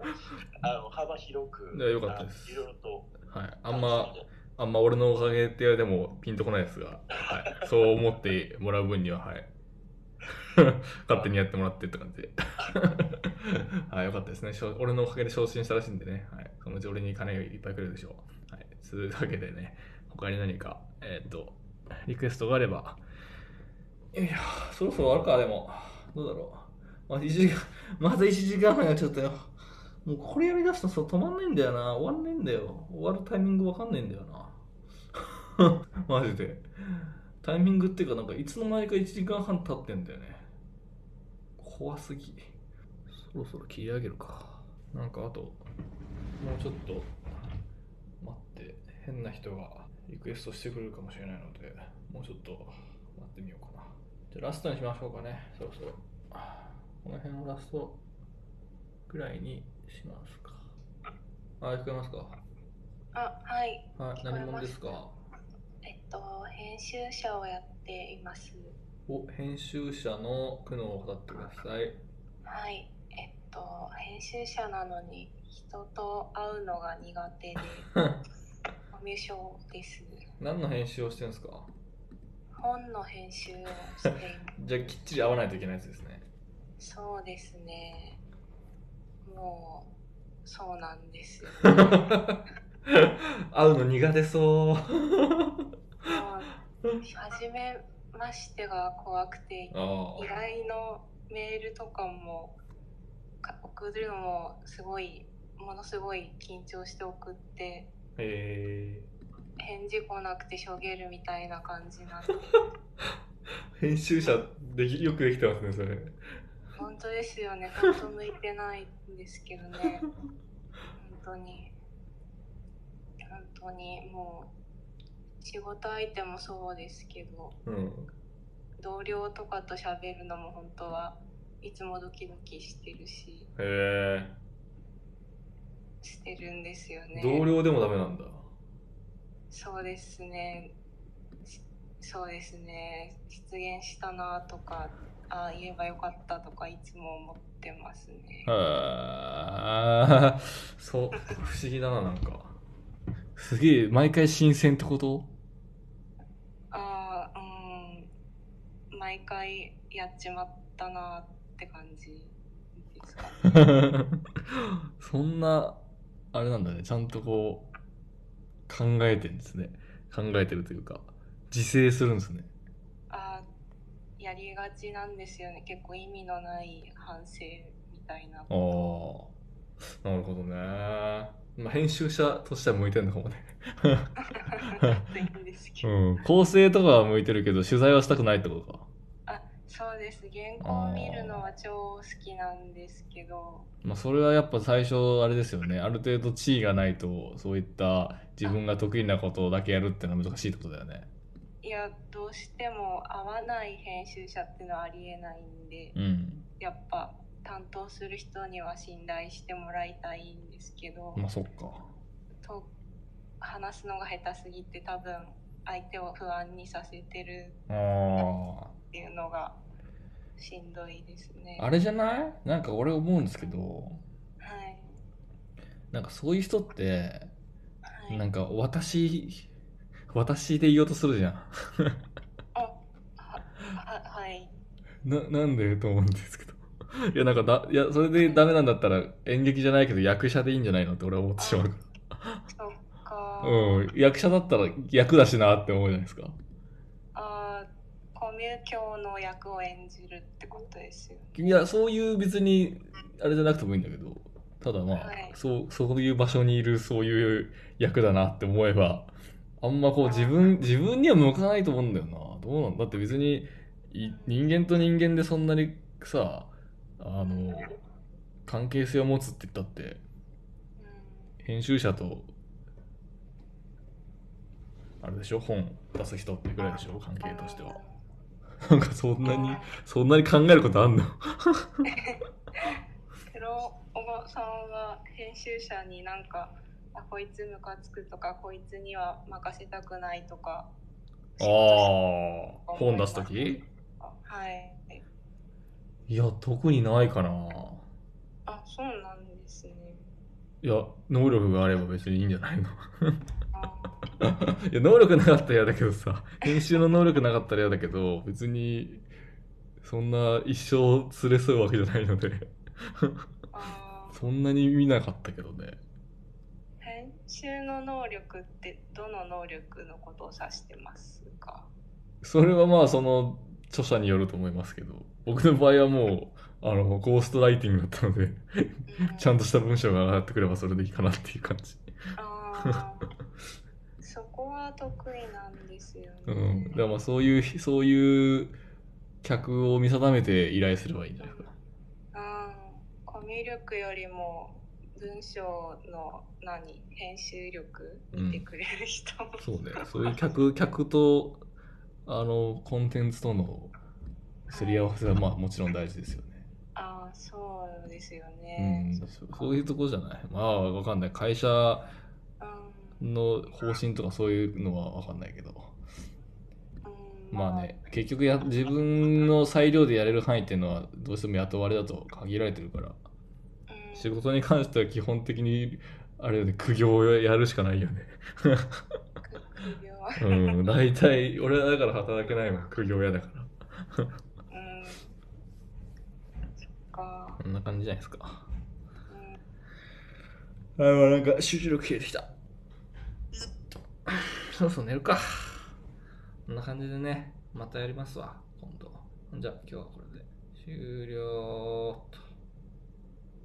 Speaker 20: あの幅広く
Speaker 1: いやよかったで
Speaker 20: あのいろいろと
Speaker 1: はい。あんま、あんま俺のおかげって言われてもピンとこないですが、はい。そう思ってもらう分には、はい。 勝手にやってもらってって感じで。 はい、よかったですね。しょ俺のおかげで昇進したらしいんでね。はい。そのうち俺に金がいっぱいくれるでしょう。はい。というわけでね、他に何か、えーっと、リクエストがあれば、いや、そろそろ終わるか、でも。どうだろう。まあ、1時間、また1時間半やっちゃったよ。もうこれやりだすとさ、止まんないんだよな。終わんないんだよ。終わるタイミングわかんないんだよな。 マジで。タイミングっていうか、なんかいつの間にか1時間半経ってんだよね。怖すぎ。そろそろ切り上げるか。なんかあと、もうちょっと待って、変な人がリクエストしてくれるかもしれないので、もうちょっと待ってみようかな。じゃあラストにしましょうかね、そろそろ。この辺をラストぐらいにしますか。あ、聞こえますか
Speaker 21: あはい
Speaker 1: はい、
Speaker 21: 聞こえます
Speaker 1: 何者ですか
Speaker 21: えっと編集者をやってい ます
Speaker 1: お、編集者の苦悩を語ってください。
Speaker 21: はいえっと編集者なのに人と会うのが苦 手でコミュ障です
Speaker 1: 何の編集をしてるんですか
Speaker 21: 本の編集をしていま
Speaker 1: じゃあきっちり会わないといけないやつですね。
Speaker 21: すそうですねもうそうなんですよ
Speaker 1: 会うの苦手そう。
Speaker 21: 初めましてが怖くて依
Speaker 1: あー
Speaker 21: 頼のメールとかもか送るのもすごいものすごい緊張して送って
Speaker 1: へ
Speaker 21: 返事来なくてしょげるみたいな感じになって
Speaker 1: ー編集者できよくできてますね、それ。
Speaker 21: 本当ですよね本当向いてないんですけどね本当に本当にもう仕事相手もそうですけど
Speaker 1: うん。
Speaker 21: 同僚とかと喋るのも本当はいつもドキドキしてるし
Speaker 1: へえ。
Speaker 21: してるんですよね
Speaker 1: 同僚でもダメなんだ。
Speaker 21: そうですねしそうですね失言したなとかああ言えばよかったとかいつも思ってますね
Speaker 1: へえ。そう、不思議だな、なんか。すげえ、毎回新鮮ってこと
Speaker 21: ああうん毎回やっちまったなって感じですか
Speaker 1: そんな、あれなんだね、ちゃんとこう、考えてるんですね。考えてるというか、自制するんですね。
Speaker 21: あやりがちなんですよね結構意味のない反省みたいな
Speaker 1: ああ、なるほどね。まあ、編集者としては向いてるのかもね。うん、構成とかは向いてるけど、取材はしたくないってことか。
Speaker 21: そうです原稿を見るのは超好きなんですけど
Speaker 1: まあ、それはやっぱ最初あれですよね。ある程度地位がないと、そういった自分が得意なことだけやるってのは難しいってことだよね。
Speaker 21: いやどうしても合わない編集者ってのはありえないんで、
Speaker 1: うん
Speaker 21: やっぱ担当する人には信頼してもらいたいんですけど、
Speaker 1: まあ、そっか。
Speaker 21: と話すのが下手すぎて多分相手を不安にさせてる
Speaker 1: あ
Speaker 21: っていうのがしんどいですね。
Speaker 1: あ、あれじゃないなんか俺思うんですけど、
Speaker 21: はい
Speaker 1: なんかそういう人って、なんか私、私で言おうとするじゃん。
Speaker 21: ははい
Speaker 1: な、なんでと思うんですけど。いやなんかだいやそれでダメなんだったら演劇じゃないけど役者でいいんじゃないのって俺は思ってしまうからうん役者だったら役だしなって思うじゃないですか
Speaker 21: ああコミュ教の役を演じるってことですよね
Speaker 1: いやそういう別にあれじゃなくてもいいんだけどただまあ、
Speaker 21: はい
Speaker 1: そうそういう場所にいるそういう役だなって思えばあんまこう自分自分には向かないと思うんだよなどうなんだって別にい人間と人間でそんなにさあの関係性を持つって言ったって編集者とあれでしょ本出す人ってぐらいでしょ関係としてはなんかそんなにそんなに考えることあんの
Speaker 21: 黒尾さんは編集者になんかあこいつムカつくとかこいつには任せたくないとか
Speaker 1: ああ本出す時
Speaker 21: はい
Speaker 1: いや特にないかな
Speaker 21: あそうなんですね
Speaker 1: いや能力があれば別にいいんじゃないの いや能力なかったら嫌だけどさ編集の能力なかったら嫌だけど別にそんな一生連れ添うわけじゃないのでそんなに見なかったけどね
Speaker 21: 編集の能力ってどの能力のことを指してますか
Speaker 1: それはまあその著者によると思いますけど僕の場合はもうあのゴーストライティングだったのでちゃんとした文章が上がってくればそれでいいかなっていう感じ
Speaker 21: ああそこは得意なんですよね
Speaker 1: うんだからまあそういうそういう客を見定めて依頼すればいいんじゃないかな
Speaker 21: あーコミュ力よりも文章の何編集力見てくれる人、
Speaker 1: そうねそういう客客とあのコンテンツとのすり合わせはまあもちろん大事ですよね
Speaker 21: ああそうですよね、
Speaker 1: うん、そうそういうとこじゃないまあわかんない会社の方針とかそういうのはわかんないけど、まあね結局や自分の裁量でやれる範囲っていうのはどうしても雇われだと限られてるから、仕事に関しては基本的にあれよね苦行をやるしかないよね
Speaker 21: 苦
Speaker 1: うん大体俺はだから働けないもん苦行屋だからこんな感じじゃないですか、ああなんか集中力切れてきたそろそろ寝るかこんな感じでねまたやりますわ今度じゃあ今日はこれで終了と